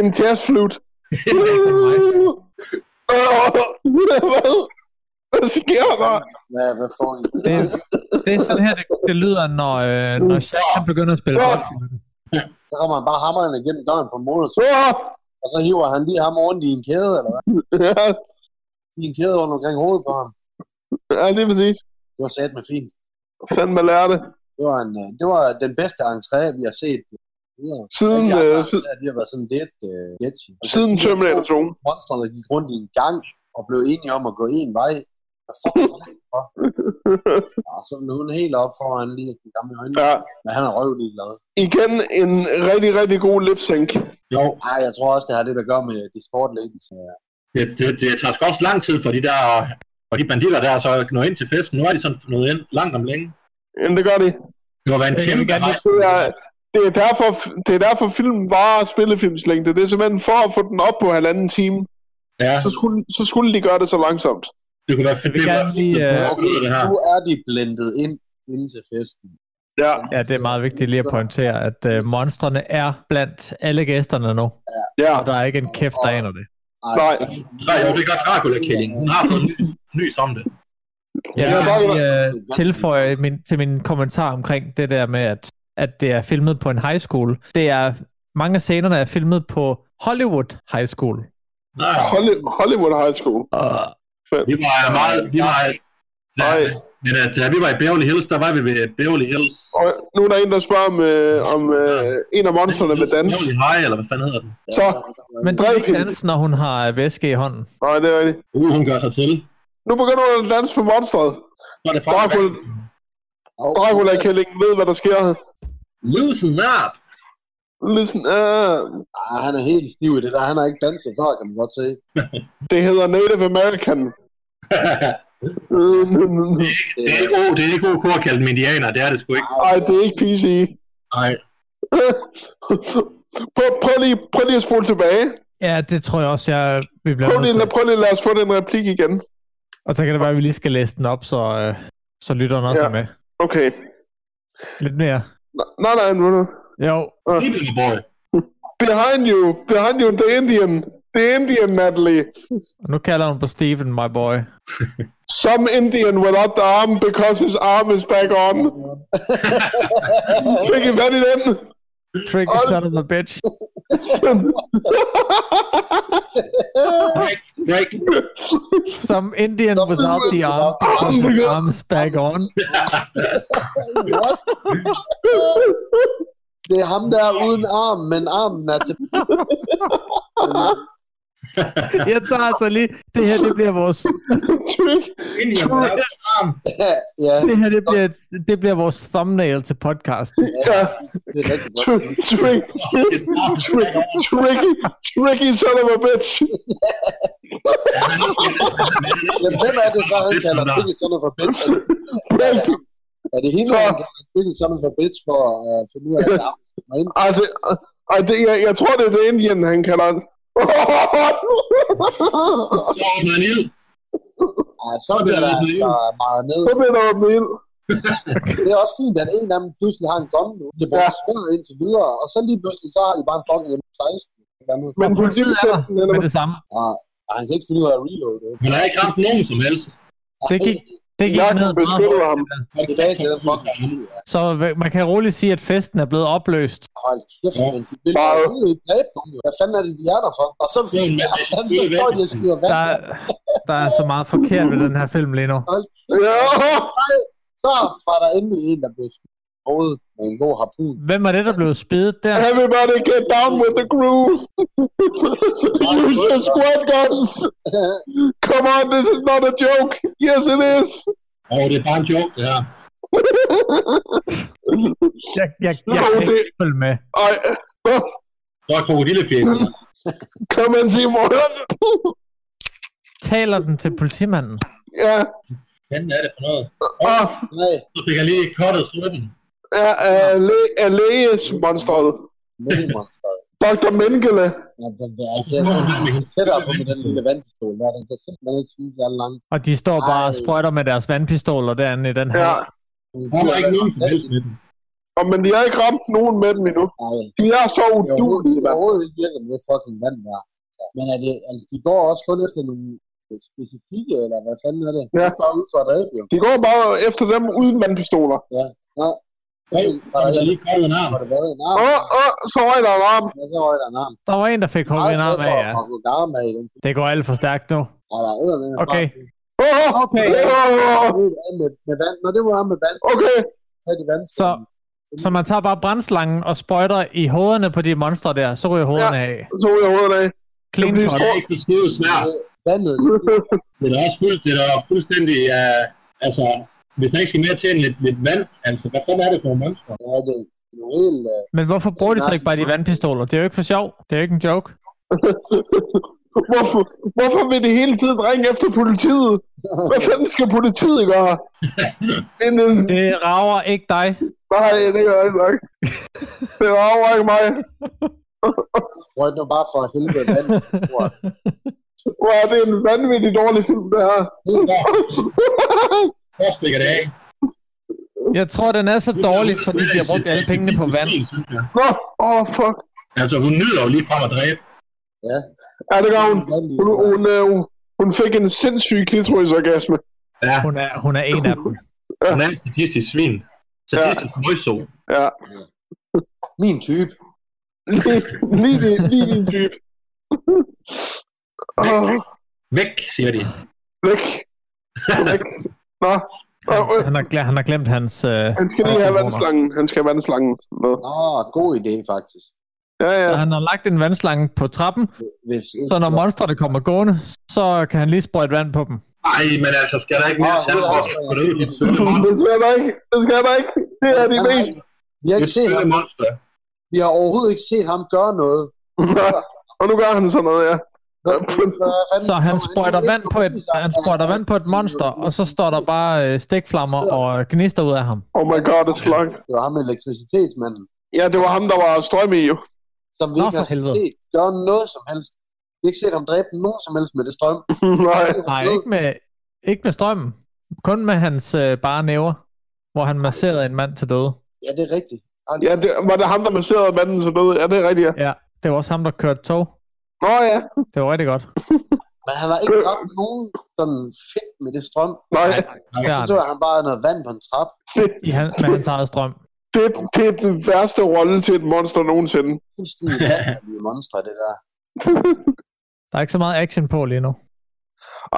en jazzflute. Åh, Hvad? Hvad sker der? Hvad, hvad får I? Det, det er sådan her, det, det lyder, når, øh, når Shaq han begynder at spille Ja. rock. Så kommer han bare hammeren igennem døren på en motorcykel, Åh, og så hiver han lige ham rundt i en kæde, eller hvad? ja, I en kæde rundt omkring hovedet på ham. ja, lige præcis. Det var sat med fint. Fanden man lærer det. Det var, en, øh, det var den bedste entré, vi har set. videre. Siden, Alle de andre øh, siden- entréer, de har været sådan lidt uh, sketchy. Altså, Siden de her Terminator to 2. Monstre, der gik rundt i en gang og blev enige om at gå en vej. Hvad fuck var det for? Ja, så blev hun helt op foran lige den gamle øjne. Ja, Men han er røvlig glad. igen en rigtig, rigtig god lip-sync. Jo, Nej, jeg tror også, det har lidt at gøre med discord lægen det, det, det tager sgu også lang tid for de der og de banditter der, så at nå ind til festen. Nu er de sådan nået ind langt om længe. Jamen, det gør de. Det må være en Jeg vil kæmpe gerne lige rejse. Det er, det er, derfor, det er derfor filmen var spillefilmslængde. Det er simpelthen for at få den op på halvanden time. Ja, Så skulle, så skulle de gøre det så langsomt. det kunne være fedt. Jeg vil Det kunne gerne være lige, fedt. øh, at prøve det her. Nu er de blendet ind inden til festen. Ja, Ja, det er meget vigtigt lige at pointere, at øh, monstrene er blandt alle gæsterne nu, ja. og der er ikke en kæft, der aner det. Nej. Så jo, det er godt Dracula-killing. Hun har fået ny- nys om det. Jeg Ja, vil der er gerne jo- lige øh, tilføje min, til min kommentar omkring det der med, at, at det er filmet på en high school. Det er, mange af scenerne er filmet på Hollywood High School. Nej, Holly- Hollywood High School. vi var øh, meget... Vi var, ja, Nej. men at, da vi var i Beverly Hills, der var vi ved Beverly Hills. Og nu er der en, der spørger om, øh, om øh, en af monsterne med dans. Beverly High, eller hvad fanden hedder den? Ja, Så. Men det Drik er ikke hende. dans, når hun har øh, væske i hånden. Nej, det er rigtigt. Uh, hun gør sig til. Nu begynder hun at danse på monstret. Så er det fra Dracula, og- Dracula-kællingen ved, hvad der sker. Loosen up! Listen, uh, Ah, han er helt stiv i det der. Han har ikke danset før, kan man godt se. det hedder Native American. Øh, det er ikke, oh, det er ikke ok at kalde dem indianer, det er det sgu ikke. Nej, det er ikke PC. Nej. prøv, prøv, lige, prøv lige at spole tilbage. Ja, altså. det tror jeg også, jeg vi bliver Prøv nødt lige, til. prøv lige lad os få den replik igen. Og så kan det være, at vi lige skal læse den op, så, øh, så lytteren også Ja. ja. er med. Okay. Lidt mere. N- Nej, nej, nu nu. Jo, Sleeping boy. Behind you, behind you, the Indian. The Indian, Natalie. og nu kalder hun på Steven, my boy. Some Indian without the arm, because his arm is back on. Fik I fat i den? Tricky Hold- son of a bitch. Break, break. Some Indian Some without the Indian arm, without the with his arm. arms back on. What? Det er ham, der er uden arm, men armen er til... Jeg tager altså lige, det her det bliver vores, Trick. Indian, without arm. ja, det her det bliver, det bliver vores thumbnail til podcasten. Ja. det er rigtig godt. Trick. Trick. Trick. Tricky. Tricky son of a bitch. Jamen, hvem er det så, han kalder Tricky Son of a Bitch? Er det, er Break. det, ham? er det hende, han kalder Tricky Son of a Bitch for at uh, finde ud af, at armen kommer ind? Ej, det, ej, det, jeg, jeg tror, det er det Indien, han kalder den. Så åbner han ild. Ja, så bliver der altså meget ned. Så bliver der åbnet ild. Det er også fint, at en af dem pludselig har en gomme nu. Det bruger sværet indtil videre, og så lige pludselig, så har de bare en fucking M16. Hvad nu? Men Og politiet er der politibetjenten, han med er det samme. Ja, og han kan ikke finde ud af at reload det. Han har ikke ramt nogen som helst. Det gik, det gik Jakob ned meget beskytter hurtigt, ham. det der. Tilbage til den fucking Så man kan roligt sige, at festen er blevet opløst. Hold kæft, Ja. men de vil Bare- bare ud i dræbe dem. jo. Hvad fanden er det, de er der for? Og så, Det er en mand, han, det så er står vand. de og skider vand. Der, er- der er så meget forkert ved den her film lige nu. Ja, Så var der endelig en, der blev skudt i hovedet med en god harpun. Hvem er det, der blev spidet der? everybody get down with the groove. Use your squad guns. Come on, this is not a joke. Yes, it is. Og det er bare en joke, det her. Jeg, jeg, jeg, Nå, kan det- ikke følge med. Ej, Der er krokodillefjæsen. kom and see more. Taler den til politimanden? Ja, Hvad er det for noget? og Nej, Så fik jeg lige kottet strømmen. ja, øh, alle- E Allees-monstret. minimonster. Dr. Mengele. Ja, den der, altså, jeg er tættere på med den lille vandpistol. Der, den kan simpelthen ikke skyde så langt. Og de står bare og Ej. sprøjter med deres vandpistoler derinde i den her. Ja, Der var ikke nogen som helst med den. og, men de har ikke ramt nogen med dem endnu. Nej, De er så det er overhovedet, udulige, det er mand. overhovedet ikke virker med fucking vand der. Ja, Men er det, altså, de går også kun efter nogle øh, specifikke, eller hvad fanden er det? Ja. De går ud for at dræbe, jo. De går bare efter dem uden vandpistoler. Hey, var der lige kottet en arm. Har det været en arm? Åh, åh, så røg der en arm. Ja, så røg der en arm. Der var en, der fik hugget en arm af, ja. Og en arm af i den. Det går alt for stærkt nu. Ja, der er den Okay. Åh, Okay. åh, Med, med vand. Når det var med vand, okay. så er det vand. Så, så man tager bare brændslangen og sprøjter i hovederne på de monstre der, så ryger hovederne af. Så røg jeg hovedet af. Clean Det er cut. Det er ikke så skide svært. Vandet. Det er da også fuld, det er da fuldstændig... Uh, altså, hvis der ikke skal mere til end lidt, lidt vand, altså, hvad fanden er det for nogle monster? Ja, det er jo helt... øh, Men hvorfor bruger de så ikke bare de vandpistoler? Det er jo ikke for sjov. Det er jo ikke en joke. Hvorfor, hvorfor vil de hele tiden ringe efter politiet? øh, Hvad fanden skal politiet gøre? En, en, Det rager ikke dig. nej, det gør ikke nok. Det var over ikke mig. Røg nu bare for helvede vand. Wow, det er en vanvittig dårlig film, det her. Helt der. Hvor stikker det af? Jeg tror, den er så dårlig, fordi de har brugt alle pengene på vand. Nå, åh, oh, fuck. Altså, hun nyder jo lige frem at dræbe. Ja. Ja, det gør hun. Vand i- Hun, hun, øh, hun, hun fik en sindssyg klitorisorgasme. Ja, Hun er, hun er en af dem. hun er et statistisk svin. Statistisk møjso. Ja. Min type. Lige, lige, din- lige din type. Åh, Væk, siger de. væk. Væk. Nå, Nå, Han, øh, han, har, glemt, han har glemt hans... Øh, han skal lige have vandslangen. Han skal have vandslangen med. Nå, Ah, god idé faktisk. Ja, ja. så han har lagt en vandslange på trappen, Hvis så når monstrene kommer gående, så kan han lige sprøjte vand på dem. Ej, men altså, skal der ikke mere Åh, til det er for også- at det ud? Dit søde monster. Det skal der ikke. Det skal der ikke. Det er de Han har mest. ikke- Vi har, Dit ikke set søde ham. monster. vi har overhovedet ikke set ham gøre noget. Og nu gør han sådan noget, ja. Hvad- hvad fanden- Så han Nå, sprøjter er ikke vand på et, overbevist om, han at sprøjter han- vand på et monster, og så står der bare øh, stikflammer og gnister ud af ham. Oh my god, det er slung. Det var ham elektricitetsmanden, Ja, det var ham, der var strøm i, jo. som vi Nå, ikke for har helvede. set gøre noget som helst. Vi har ikke set ham dræbe nogen som helst med det strøm. Nej. Nej, ikke med, ikke med strømmen. Kun med hans øh, bare næver, hvor han masserede en mand til døde. Ja, det er rigtigt. Hold Ja, det, var det ham, der masserede manden så død? Ja, det er rigtigt, ja. Ja, det var også ham, der kørte tog. Nå ja. Det var rigtig godt. Men han har ikke Øh. dræbt nogen sådan fedt med det strøm. Nej. Nej, Og det så har tog han. han bare noget vand på en trappe. I han, med hans eget strøm. Det, det er den værste rolle til et monster nogensinde. Fuldstændig vanvittige monstre, det der. Der er ikke så meget action på lige nu.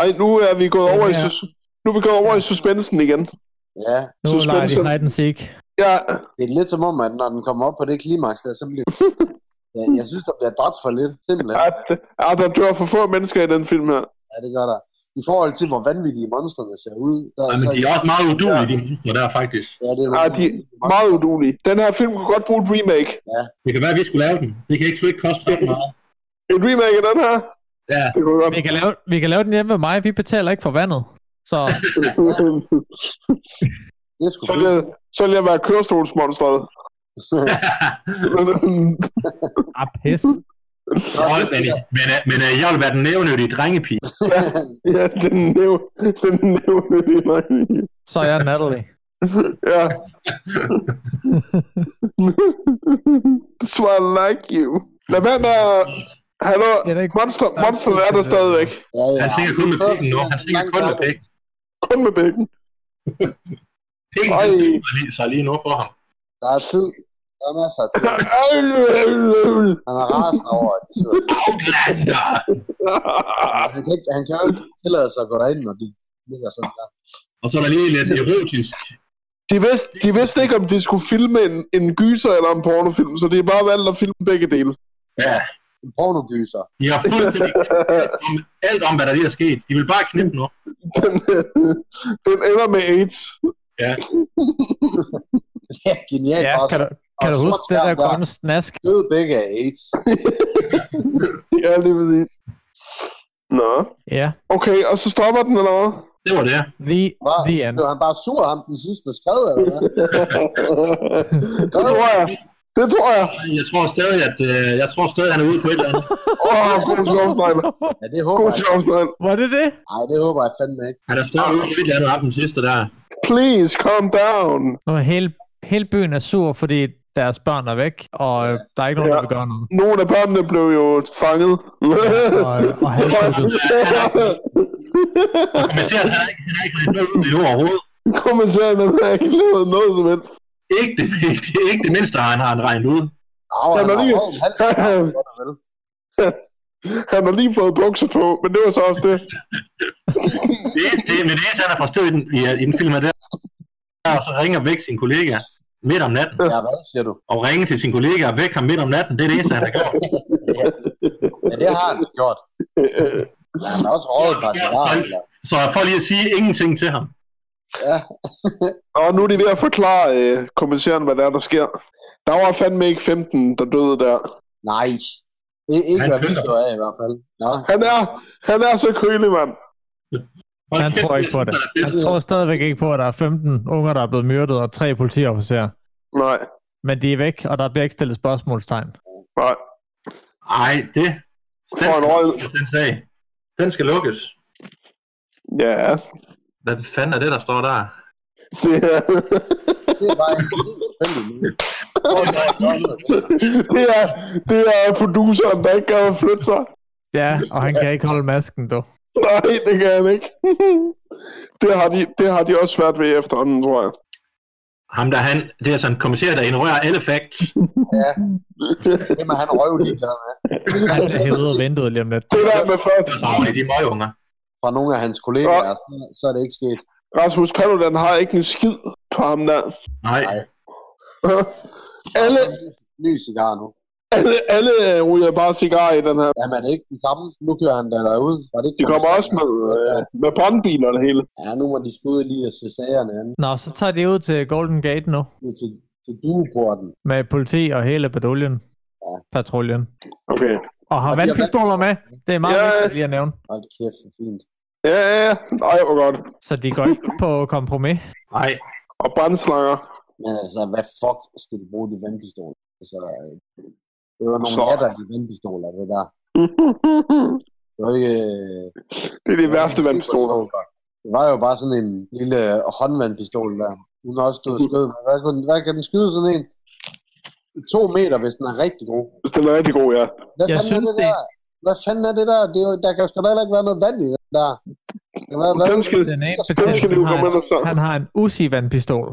Ej, nu er vi gået Den over i, her. sus- nu er vi gået over i suspensen igen. Ja, Nu Suspension. leger de hide and seek. Ja, det er lidt som om, at når den kommer op på det klimaks, der, så bliver... Ja, jeg synes, der bliver dræbt for lidt, simpelthen. at, at der dør for få mennesker i den film her. Ja, det gør der. I forhold til, hvor vanvittige monstrene ser ud, der Ja, men de er også meget udulige, de mennesker der, faktisk. ja, det er Ja, de er meget udulige. Den her film kunne godt bruge et remake. Det kan være, at vi skulle lave den. Det kan ikke, sgu ikke koste ret meget. Et remake af den her? Ja. Det kunne godt. Vi kan, lave, vi kan lave den hjemme med mig. Vi betaler ikke for vandet. Så Det er sgu så, vil fedt. jeg, så vil jeg være kørestolsmonstret. ah, pis. Hold, men, men, øh, men øh, jeg vil være den nævnødige drengepige. ja, den næv, den nævnlige mig. Så er jeg Natalie. Ja. That's why I like you. Lad være med at... Hallo, Det er da ikke- monster, der er ikke monster tid er til der det. stadigvæk. Ja, ja. Han tænker kun med pikken nu. Han tænker kun med pikken. Kun med begge. Pikken Ej. den dømmer lige- sig lige nu for ham. Der er tid. Der er masser af tid. Han er rasende over, at de sidder. Altså, Outlander! Han kan, ikke, han kan jo ikke tillade sig at gå derind, når de ligger sådan der. Og så er der lige lidt erotisk. De vidste, de vidste ikke, om de skulle filme en, en gyser eller en pornofilm, så de har bare valgt at filme begge dele. En pornogyser. De har fuldstændig om alt om, hvad der lige er sket. De vil bare knippe nu. Den, den ender med AIDS. Det er genialt Ja, ja, også. kan du, kan og du sort huske det der skærm der. grønne snask? Døde begge af AIDS. Ja, lige præcis. Nå. Ja. Okay, og så stopper den eller hvad? Det var det. The, Var, the end. blev han bare sur ham den sidste skred, eller hvad? det tror jeg. Det tror jeg. Jeg tror stadig, at øh, jeg tror stadig, han er ude på et eller andet. Åh, oh, god sjovsnegler. Ja, det håber God jeg. sjovsnegler. Var det det? Nej, det håber jeg fandme ikke. Han er stadig ude på et eller andet af den sidste der. Please, calm down. Nu er hele, hele byen er sur, fordi deres børn er væk, og øh, der er ikke nogen, Ja. der vil gøre noget. Nogle af børnene blev jo fanget. Og, øh, og halvdelen- Og man ser, at han er ikke, han er ikke rigtig noget i overhovedet. Kommissæren har ikke lavet noget som helst. Ikke det, vigtige, ikke det mindste, han har han regnet ud. Au, Ja, han men har lige- røget en hals. Det er godt og vel. Han har lige fået bukser på, men det var så også det. Det, er- det, er- men det eneste, han har forstået i den, i, i den film, er der. Og så ringer væk sin kollega midt om natten. Ja, hvad siger du? Og ringer til sin kollega og væk ham midt om natten. Det er det eneste, han har gjort. Ja, det har han gjort. Ja, han har også røget et par cigarer, eller? Så for lige at sige ingenting til ham. Og nu er de ved at forklare øh, kommissæren, hvad der er, der sker. Der var fandme ikke 15, der døde der. Nej. I- Ikke Han hvad vi pynter. gjorde af i hvert fald. Nå, Han er, han er så kølig, mand. Hold Han kæft, tror ikke på jeg det. synes, er fedt. Han tror stadigvæk ikke på, at der er 15 unger, der er blevet myrdet, og tre politiofficerer. Nej, Men de er væk, og der bliver ikke stillet spørgsmålstegn. nej. Ej, det. Den, For en røg. den sag. Den skal lukkes. Ja, Hvad fanden er det, der står der? det er, det er bare en helt tilfældig nu. det er, det er produceren, der ikke gad at flytte sig. Ja, og han kan ikke holde masken, du. Nej, det kan han ikke. Det har, de, det har de også svært ved efterhånden, tror jeg. Ham der han, det er sådan en kommissær, der ignorerer alle facts. Det må han røve ligeglad med. Han er hævet og ventet lige om lidt. Det der med først. Så er de møgunger. Fra nogle af hans kollegaer, så, så er det ikke sket. Rasmus Paludan har ikke en skid på ham der. Nej. Nej. Alle, Ny cigar nu. alle, alle øh, ryger bare cigarer i den her. Jamen er det ikke den samme? Nu kører han da derud. Var det ikke De kommer også med, øh, med brandbiler og det hele. Ja, nu må de skude lige og se sagerne an. Nå, så tager de ud til Golden Gate nu, Ud til, til dueporten. med politi og hele patruljen. Ja. Patruljen. Okay. Og har Og de har vandpistoler med. Det er meget Ja. vigtigt lige at nævne. Hold kæft, hvor fint. Ja, ja, ja. Ej, hvor godt. Så de går ikke på kompromis. Nej. Og brandslanger. Men altså, hvad fuck skal de bruge de vandpistoler? Altså, øh, det var nogle Så. natter, de vandpistoler, det der. Det var ikke... øh, det er de værste vandpistoler. Det var jo bare sådan en lille håndvandpistol der. Hun har også stået og skød med. Hvad, kan, hvad kan den skyde sådan en? To meter, hvis den er rigtig god. Hvis den er rigtig god, ja. Hvad Jeg fanden synes, er det det- der? Hvad fanden er det der? Det er jo, der kan sgu da heller ikke være noget vand i den der. Det var, hvad, Den skal, Den ene den betjent, skal vi jo han komme ind har, og så. en- han har en Uzi-vandpistol.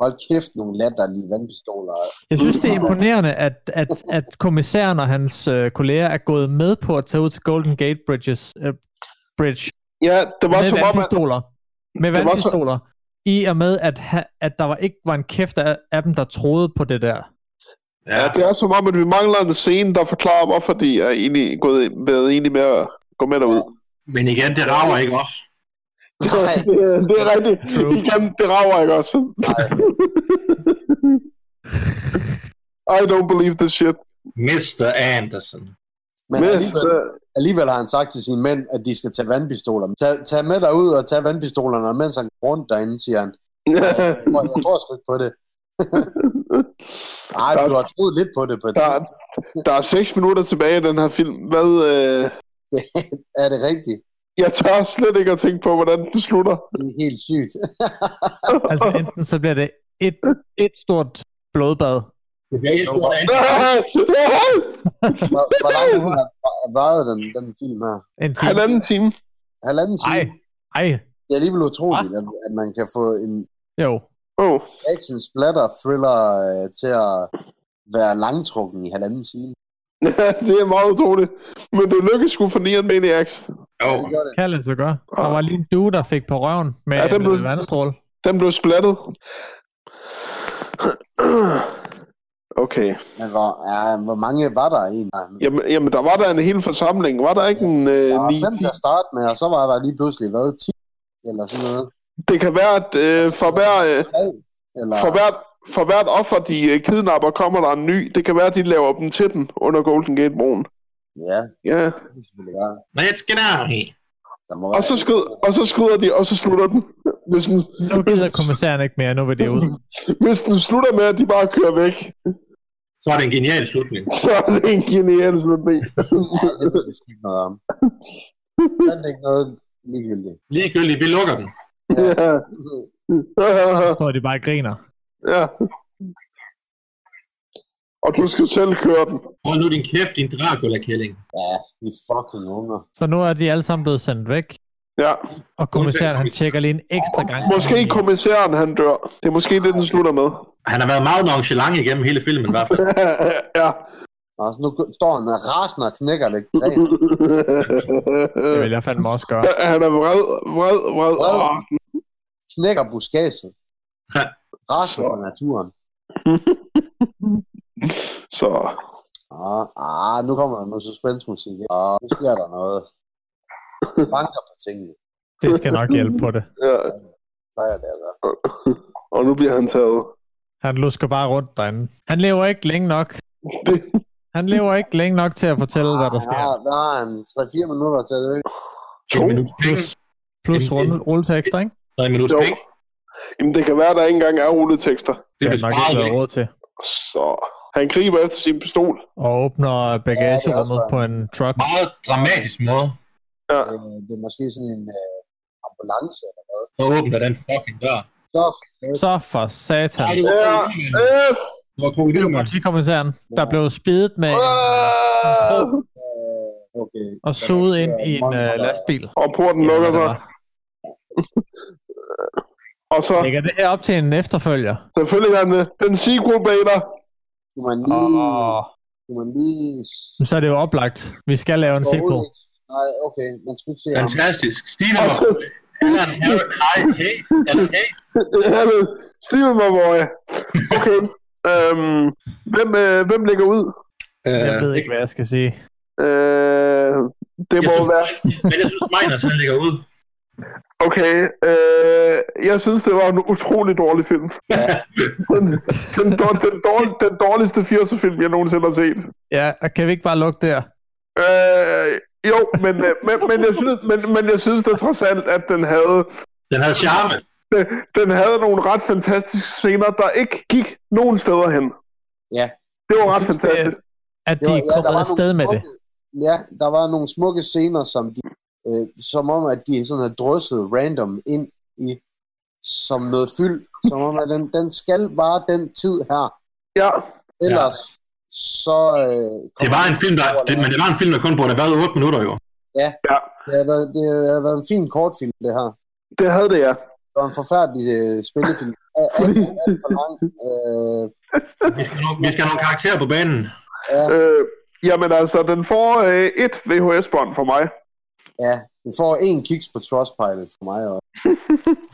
Hold kæft, nogle latterlige vandpistoler. Jeg synes, det er imponerende, at, at, at kommissæren og hans øh, kolleger er gået med på at tage ud til Golden Gate Bridges, øh, Bridge Ja, det var med som om, at vandpistoler. Med var så- vandpistoler. I og med, at, ha, at der var ikke var en kæft af, af dem, der troede på det der. Ja, det er som om, at vi mangler en scene, der forklarer, hvorfor de er egentlig gået, været enige med at gå med derud. Men igen, det rager ikke os. Nej, Det, er- det er rigtigt. True. Igen, det rager ikke også. nej. I don't believe this shit. Mr. Anderson. Men Hvis, alligevel, uh, alligevel har han sagt til sine mænd, at de skal tage vandpistoler. Tag, tag med dig ud og tag vandpistolerne, og mens han går rundt derinde, siger han, øh, "Prøv, jeg tror sgu ikke på det. Nej, du har troet lidt på det på et der, tidspunkt. der er 6 minutter tilbage i den her film. Hvad, øh, Er det rigtigt? jeg tør slet ikke at tænke på, hvordan den slutter. Det er helt sygt. Altså enten så bliver det et, et stort blodbad. Det er ikke stort andet. Hvor, hvor lang tid har varet den, den film her? En time. Halvanden time. Halvanden time? Ej, ej, Det er alligevel utroligt, Ah. at, at man kan få en jo. Oh. action splatter thriller øh, til at være langtrukken i halvanden time. det er meget utroligt. Men det lykkedes sgu for Neon Maniacs. Jo, Det gør det. Kan lade sig gøre. Der var lige en due, der fik på røven med Ah. Ja, ja, den blev- en vandstråle. Den blev splattet. Okay. Men hvor, ja, hvor mange var der egentlig? Jamen, jamen, der var der en hel forsamling. Var der ikke en øh, Der var ni? fem til at starte med, og så var der lige pludselig, hvad, 10 eller sådan noget? Det kan være, at øh, for, hver, øh, Tre, eller... for, hvert, for hvert offer, de øh, kidnapper, kommer der en ny. Det kan være, at de laver dem til den under Golden Gate-broen. Ja, Ja. det kan selvfølgelig være. let's get out of here. Der må Og være... så, skyd, og så skyder de, og så slutter den. Hvis den, Nu gider kommissæren ikke mere, nu vil det Ah. ud. hvis den slutter med, at de bare kører væk, Så er det en genial slutning. så er det en genial slutning. Nej, det ved jeg sgu ikke noget om. Fandt ikke noget ligegyldigt. Ligegyldigt, vi lukker den. Ja. Så er de bare griner. ja. Og du skal selv køre den. Hold nu din kæft, din Dracula-kælling. Ja, de er fucking unger. Så nu er de alle sammen blevet sendt væk. Ja. Og kommissæren, han tjekker lige en ekstra gang. Måske kommissæren, han dør. Det er måske det, den slutter med. Han har været meget nonchalant igennem hele filmen i hvert fald. ja. Og så Altså, nu står han og rasende og knækker det gren. Det vil jeg fandme også gøre. Han er vred, vred, vred. Vred. Åh, Knækker buskadset. Ja. Rasende på naturen. Så Ah, ah, nu kommer der noget suspensemusik. Ah, nu sker der noget. Banker på tingene. Det skal nok hjælpe på det. ja. Plejer det at være. Og nu bliver han taget. Han lusker bare rundt derinde. Han lever ikke længe nok. Det- Han lever ikke længe nok til at fortælle, hvad der Ah, Han sker. har, hvad har han? 3-4 minutter til at dø. Jo, En minut penge. Plus, plus rulle, rulletekster, ikke? En minut jo. penge. Jamen, det kan være, at der ikke engang er rulletekster. Det Det er har vist nok meget ikke været væk. råd til. Så han griber efter sin pistol. Og åbner bagagerummet på en truck. Meget dramatisk måde. Øh, Det er måske sådan en øh, ambulance. eller- Så åbner den fucking dør. Så for helvede. Så for satan. Ej, det var krokodilmanden. Yes! Det var krokodilmanden. Politikommissæren, der blev spidet med Ah! Øh, okay. og suget ind i en uh, lastbil. Og porten lukker sig. Og så Lægger det her op til en efterfølger? selvfølgelig er han øh, den sequel bag dig. Kunne man lige... Åh, Kunne man lige... så er det jo oplagt. Vi skal lave en sequel. Overhovedet ikke. Nej, okay. Man skulle ikke se ham. Fantastisk. Stine var... Altså- Alan Harry- Hej, hey. Alan Hay. Ja, men Steven var boy. Okay. øhm, hvem, øh, hvem ligger ud? Jeg ved ikke, hvad jeg skal sige. Øh, det Jeg må synes, være... men jeg synes, Meiners han ligger ud. Okay. Øh, jeg synes, det var en utrolig dårlig film. den, den, dår- den, dårlig, den dårligste 80'er film, jeg nogensinde har set. Ja, og kan vi ikke bare lukke der? Øh, jo, men, øh, men, men, jeg synes, men, men jeg synes da trods alt, at den havde, Den havde charme. den havde nogle ret fantastiske scener, der ikke gik nogen steder hen. Ja. Det var ret synes, det er- fantastisk. At de er kommet afsted med det. smukke- Ja, der var nogle smukke scener, som de, øh, som om, at de sådan har drysset random ind i som noget fyld. Som om, at den, den skal vare den tid her. Ja, Ellers, ja. så... Øh, kommer Det var en film, der, det, men det var en film, der kun burde have været 8 minutter, jo. Det havde, været, det havde været en fin kortfilm, det her. det havde det, ja. Det var en forfærdelig øh, spillefilm. er alt, alt for lang. Øh, Vi skal, have nogle, vi skal have nogle karakterer på banen. Øh, jamen altså, den får øh, et VHS-bånd for mig. ja, den får en kiks på Trustpilot for mig. Og,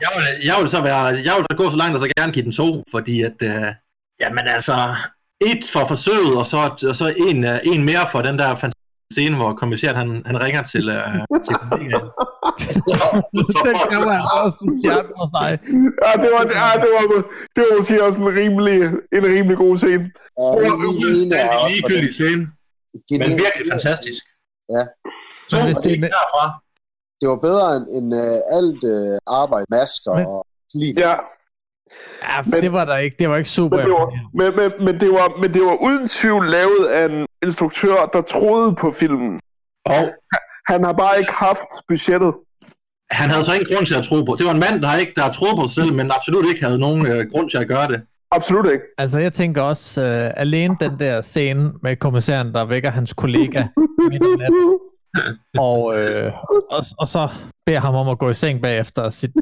Jeg vil, jeg vil så være, jeg vil så gå så langt, og så gerne give den to, fordi at, øh, jamen altså, et for forsøget, og så, og så en, øh, en mere for den der fantastiske scene, hvor kommissæren han, han ringer til, øh, til kollegaen. så Den får, kommer altså også fjern for sig. Ja, det var, ja, det var, det var måske også en rimelig, en rimelig god scene. ja, det den er en ene er fuldstændig også for ligegyldig scene, den- men virkelig fantastisk. Ja. Så Men hvis det er det en- derfra. Det var bedre end, end uh, alt uh, arbejde, masker Men- og liv. Ja, Ja, Men- men, det var der ikke. Det var ikke super. men det var, men, men, men, det var, men det var uden tvivl lavet af en instruktør, der troede på filmen. Og Han har bare ikke haft budgettet. han havde så ingen grund til at tro på. Det var en mand, der ikke der troede på sig selv, men absolut ikke havde nogen øh, grund til at gøre det. Absolut ikke. Altså, jeg tænker også, øh, alene den der scene med kommissæren, der vækker hans kollega midt om natten, og, øh, og, og så beder ham om at gå i seng bagefter og sige,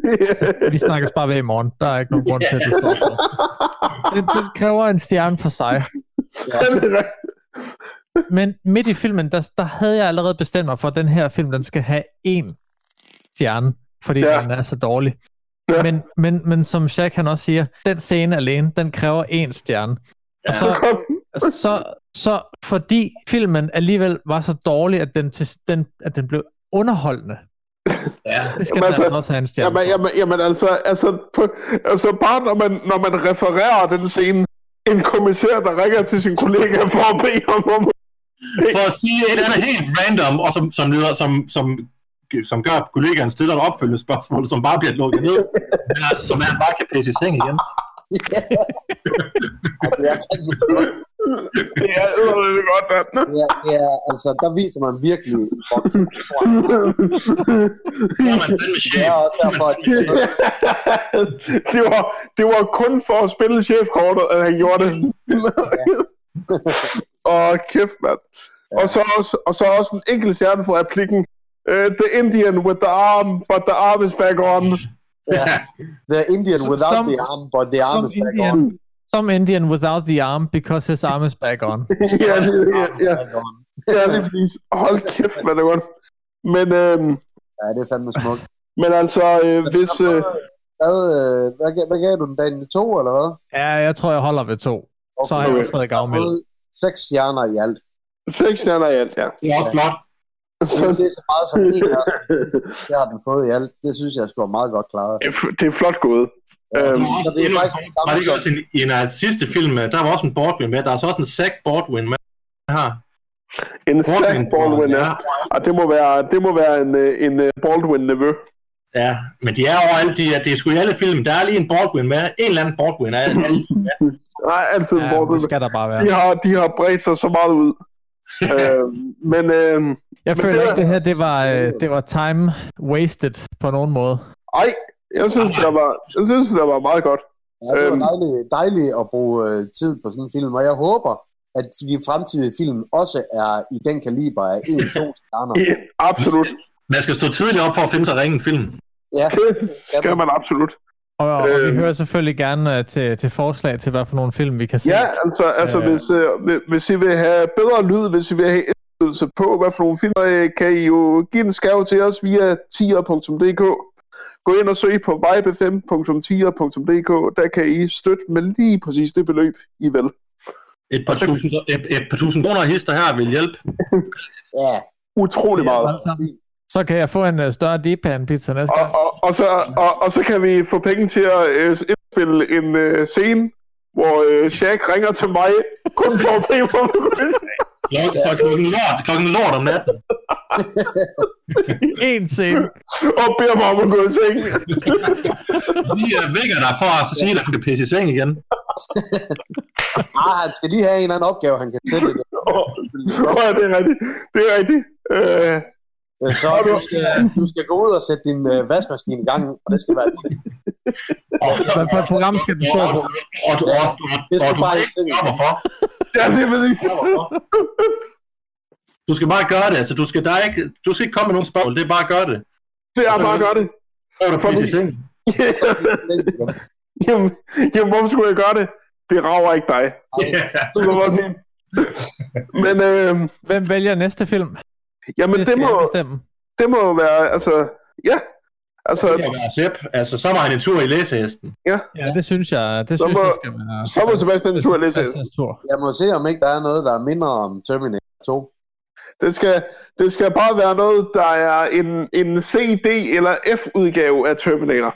vi snakkes bare ved i morgen. Der er ikke nogen grund til, at du står på. Den, den kræver en stjerne for sig. Den er rigtig- Men midt i filmen, der, der havde jeg allerede bestemt mig for, at den her film, den skal have én stjerne, fordi Ja. ja. den er så dårlig. Ja. Ja. Men, men, men som Jack han også siger, den scene alene, den kræver én stjerne. Ja. Og Ja. så, Kom. så, så fordi filmen alligevel var så dårlig, at den, til, den, at den blev underholdende, Ja. det skal Jamen, man altså- altså, også have en stjerne Jamen, for. jamen, jamen altså, altså, på, altså bare når man, når man refererer den scene, en kommissær, der ringer til sin kollega for at bede om, om For at sige et andet helt random, og som, som, leder, som, som, som gør, at kollegaen stiller et opfølgende spørgsmål, som bare bliver lukket ned, ja, så man bare kan pisse i seng igen. Ej, det er fandme smukt. det er æderligt godt, at Det er, det er, altså, der viser man virkelig, hvor Så er man fandme det chef. er også derfor, at de er nødt til det, var, det var kun for at spille chefkortet, at han gjorde det. og kæft, mand. Og så, også, og så også en enkelt stjerne for replikken. Uh, the Indian with the arm, but the arm is back on. Ja. The Indian Som- without som- the arm, but the arm Som is back on. Indian, som Indian without the arm, because his arm is back on. ja, det- ja, Arm is ja, back on. ja, lige præcis. Hold kæft, man er godt. Men, øhm, Ja, det er fandme smukt. men altså, øh, hvis... Øh, Hvad, øh, hvad, gav- hvad gav du den dagen? To, eller hvad? Ja, jeg tror, jeg holder ved to. Så har jeg Okay. også fået Jeg har gavmild. fået seks stjerner i alt. seks øh, stjerner i alt, ja. Det er også flot. Det, Så, det er så meget som en af os. Det har den fået i alt. Det synes jeg skulle meget godt klaret. det er- det er flot gået. Der Øhm, var Så også det er endnu- faktisk det samme Var det ikke som- også en, i en af sidste film, øh, der var også en Baldwin med, der er så også en Zach Baldwin med her. en Zach Baldwin, ja. Og det må være, det må være en, øh, en øh, Baldwin-nevø. Ja, men de er overalt, de er, det er sgu i alle film. Der er lige en Baldwin med, en eller anden Baldwin. Er, er, Nej, altid en Ja, men Baldwin. det skal der bare være. De har, de har bredt sig så meget ud. øh, men øh, Jeg Men føler det ikke, altså det var- her det var, øh, det var time wasted på nogen måde. ej, jeg synes, det var, jeg synes, det var meget godt. Ja, det var Øhm. dejligt, dejligt at bruge øh, tid på sådan en film, og jeg håber, at de fremtidige film også er i den kaliber af 1-2 stjerner. Ja, absolut. man skal stå tidligt op for at finde sig ringe en film. Ja, Det skal man absolut. Og, og Øhm. vi hører selvfølgelig gerne øh, til, til forslag til, hvad for nogle film vi kan se. Ja, altså, altså Øh. hvis, øh, hvis- hvis I vil have bedre lyd, hvis I vil have indflydelse på, hvad for nogle filmer, øh, kan I jo give en skæv til os via tier.dk. Gå ind og søg på vibe5.tier.dk, der kan I støtte med lige præcis det beløb, I vil. Et par tusind, et, et par tusind kroner hister her vil hjælpe. ja. Utrolig meget. Så kan jeg få en øh, større D-pan pizza næste Og, gang. og, og, så, og, og så kan vi få penge til at øh, indspille en øh, scene, hvor øh, Shaq ringer til mig, kun for at bede mig om at gå ind. Ja, så klokken lort, klokken lort om natten. En scene. og beder mig om at gå i seng. Vi øh, vækker dig for at så sige, at du kan pisse i seng igen. Ah, han skal lige have en eller anden opgave, han kan sætte i det. Og, og det er rigtigt. Det er rigtigt. Øh, Øh, Så du skal, du skal gå ud og sætte din øh, vaskemaskine i gang, og det skal være din. Og, Hvad for et program skal den stå og, på? og, du- og, du- Det og skal du bare i seng. ikke gøre, hvorfor. ja, det ved jeg. Du skal bare gøre det, altså du skal, der er ikke, du skal ikke komme med nogen spørgsmål, det er bare at gøre det. Det er bare at gøre det. Så er du pisse i seng. Den- Jamen, jamen, hvorfor skulle jeg gøre det? Det rager ikke dig. Yeah. Du kan bare sige. Men øh, Hvem vælger næste film? jamen, det det, skal må, jeg bestemme. det må jo være, altså, ja. Altså, Det må være Sepp. Altså, så var han en tur i læsehesten. Ja, det synes jeg, det Så synes må- jeg skal være. så må Sebastian en tur læse hesten. Sebastians tur. Jeg må se, om ikke der er noget, der er mindre om Terminator 2. Det skal, det skal bare være noget, der er en, en CD eller F-udgave af Terminator.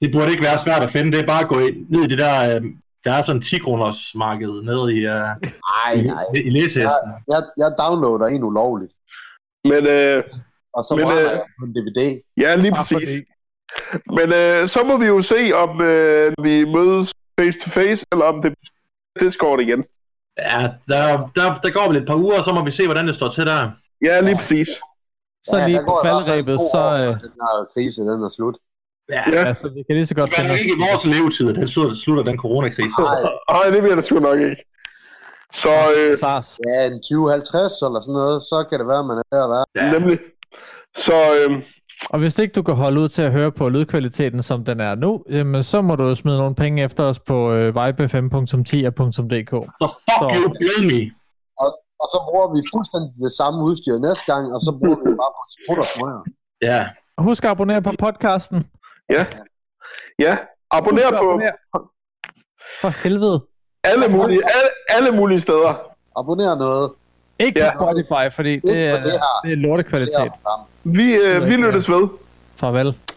Det burde ikke være svært at finde. Det er bare at gå ind- ned i det der... Øh, der er sådan 10 kroners marked nede i, øh, Nej, i, nej. i, i læsehesten. Jeg, jeg downloader en ulovligt, Men øh, og så Men, brænder øh, jeg på en DVD. ja, lige Bare præcis. fordi. Men øh, så må vi jo se, om øh, vi mødes face to face, eller om det bliver Discord igen. Ja, der, der, der går vel et par uger, og så må vi se, hvordan det står til der. Ja, lige Ja. præcis. Så lige der på går i hvert fald faldrebet, to så, år, øh, før Den her krise, den er slut. Ja, Ja. altså, vi kan lige så godt det var nok ikke i vores levetid, at den slutter, slutter den coronakrise. Nej, Nej, det bliver det sgu nok ikke. Så øh, SARS. ja, en 2050 eller sådan noget, så kan det være, at man er ved at være. Ja. nemlig. Så øh, Og hvis ikke du kan holde ud til at høre på lydkvaliteten, som den er nu, jamen, så må du smide nogle penge efter os på øh, vibe5.10.dk. Så fuck Så- you, blame me. Og så bruger vi fuldstændig det samme udstyr næste gang, og så bruger vi det bare på sprut og smøger. Ja, Husk at abonnere på podcasten. ja, abonner Husk at på abonnere. For helvede. alle mulige, alle, alle mulige steder. Abonner noget. Ikke Ja. på Spotify, fordi det Ikke er, på det her. det er lortekvalitet. Det her program. Vi, øh, vi lyttes ved. Farvel.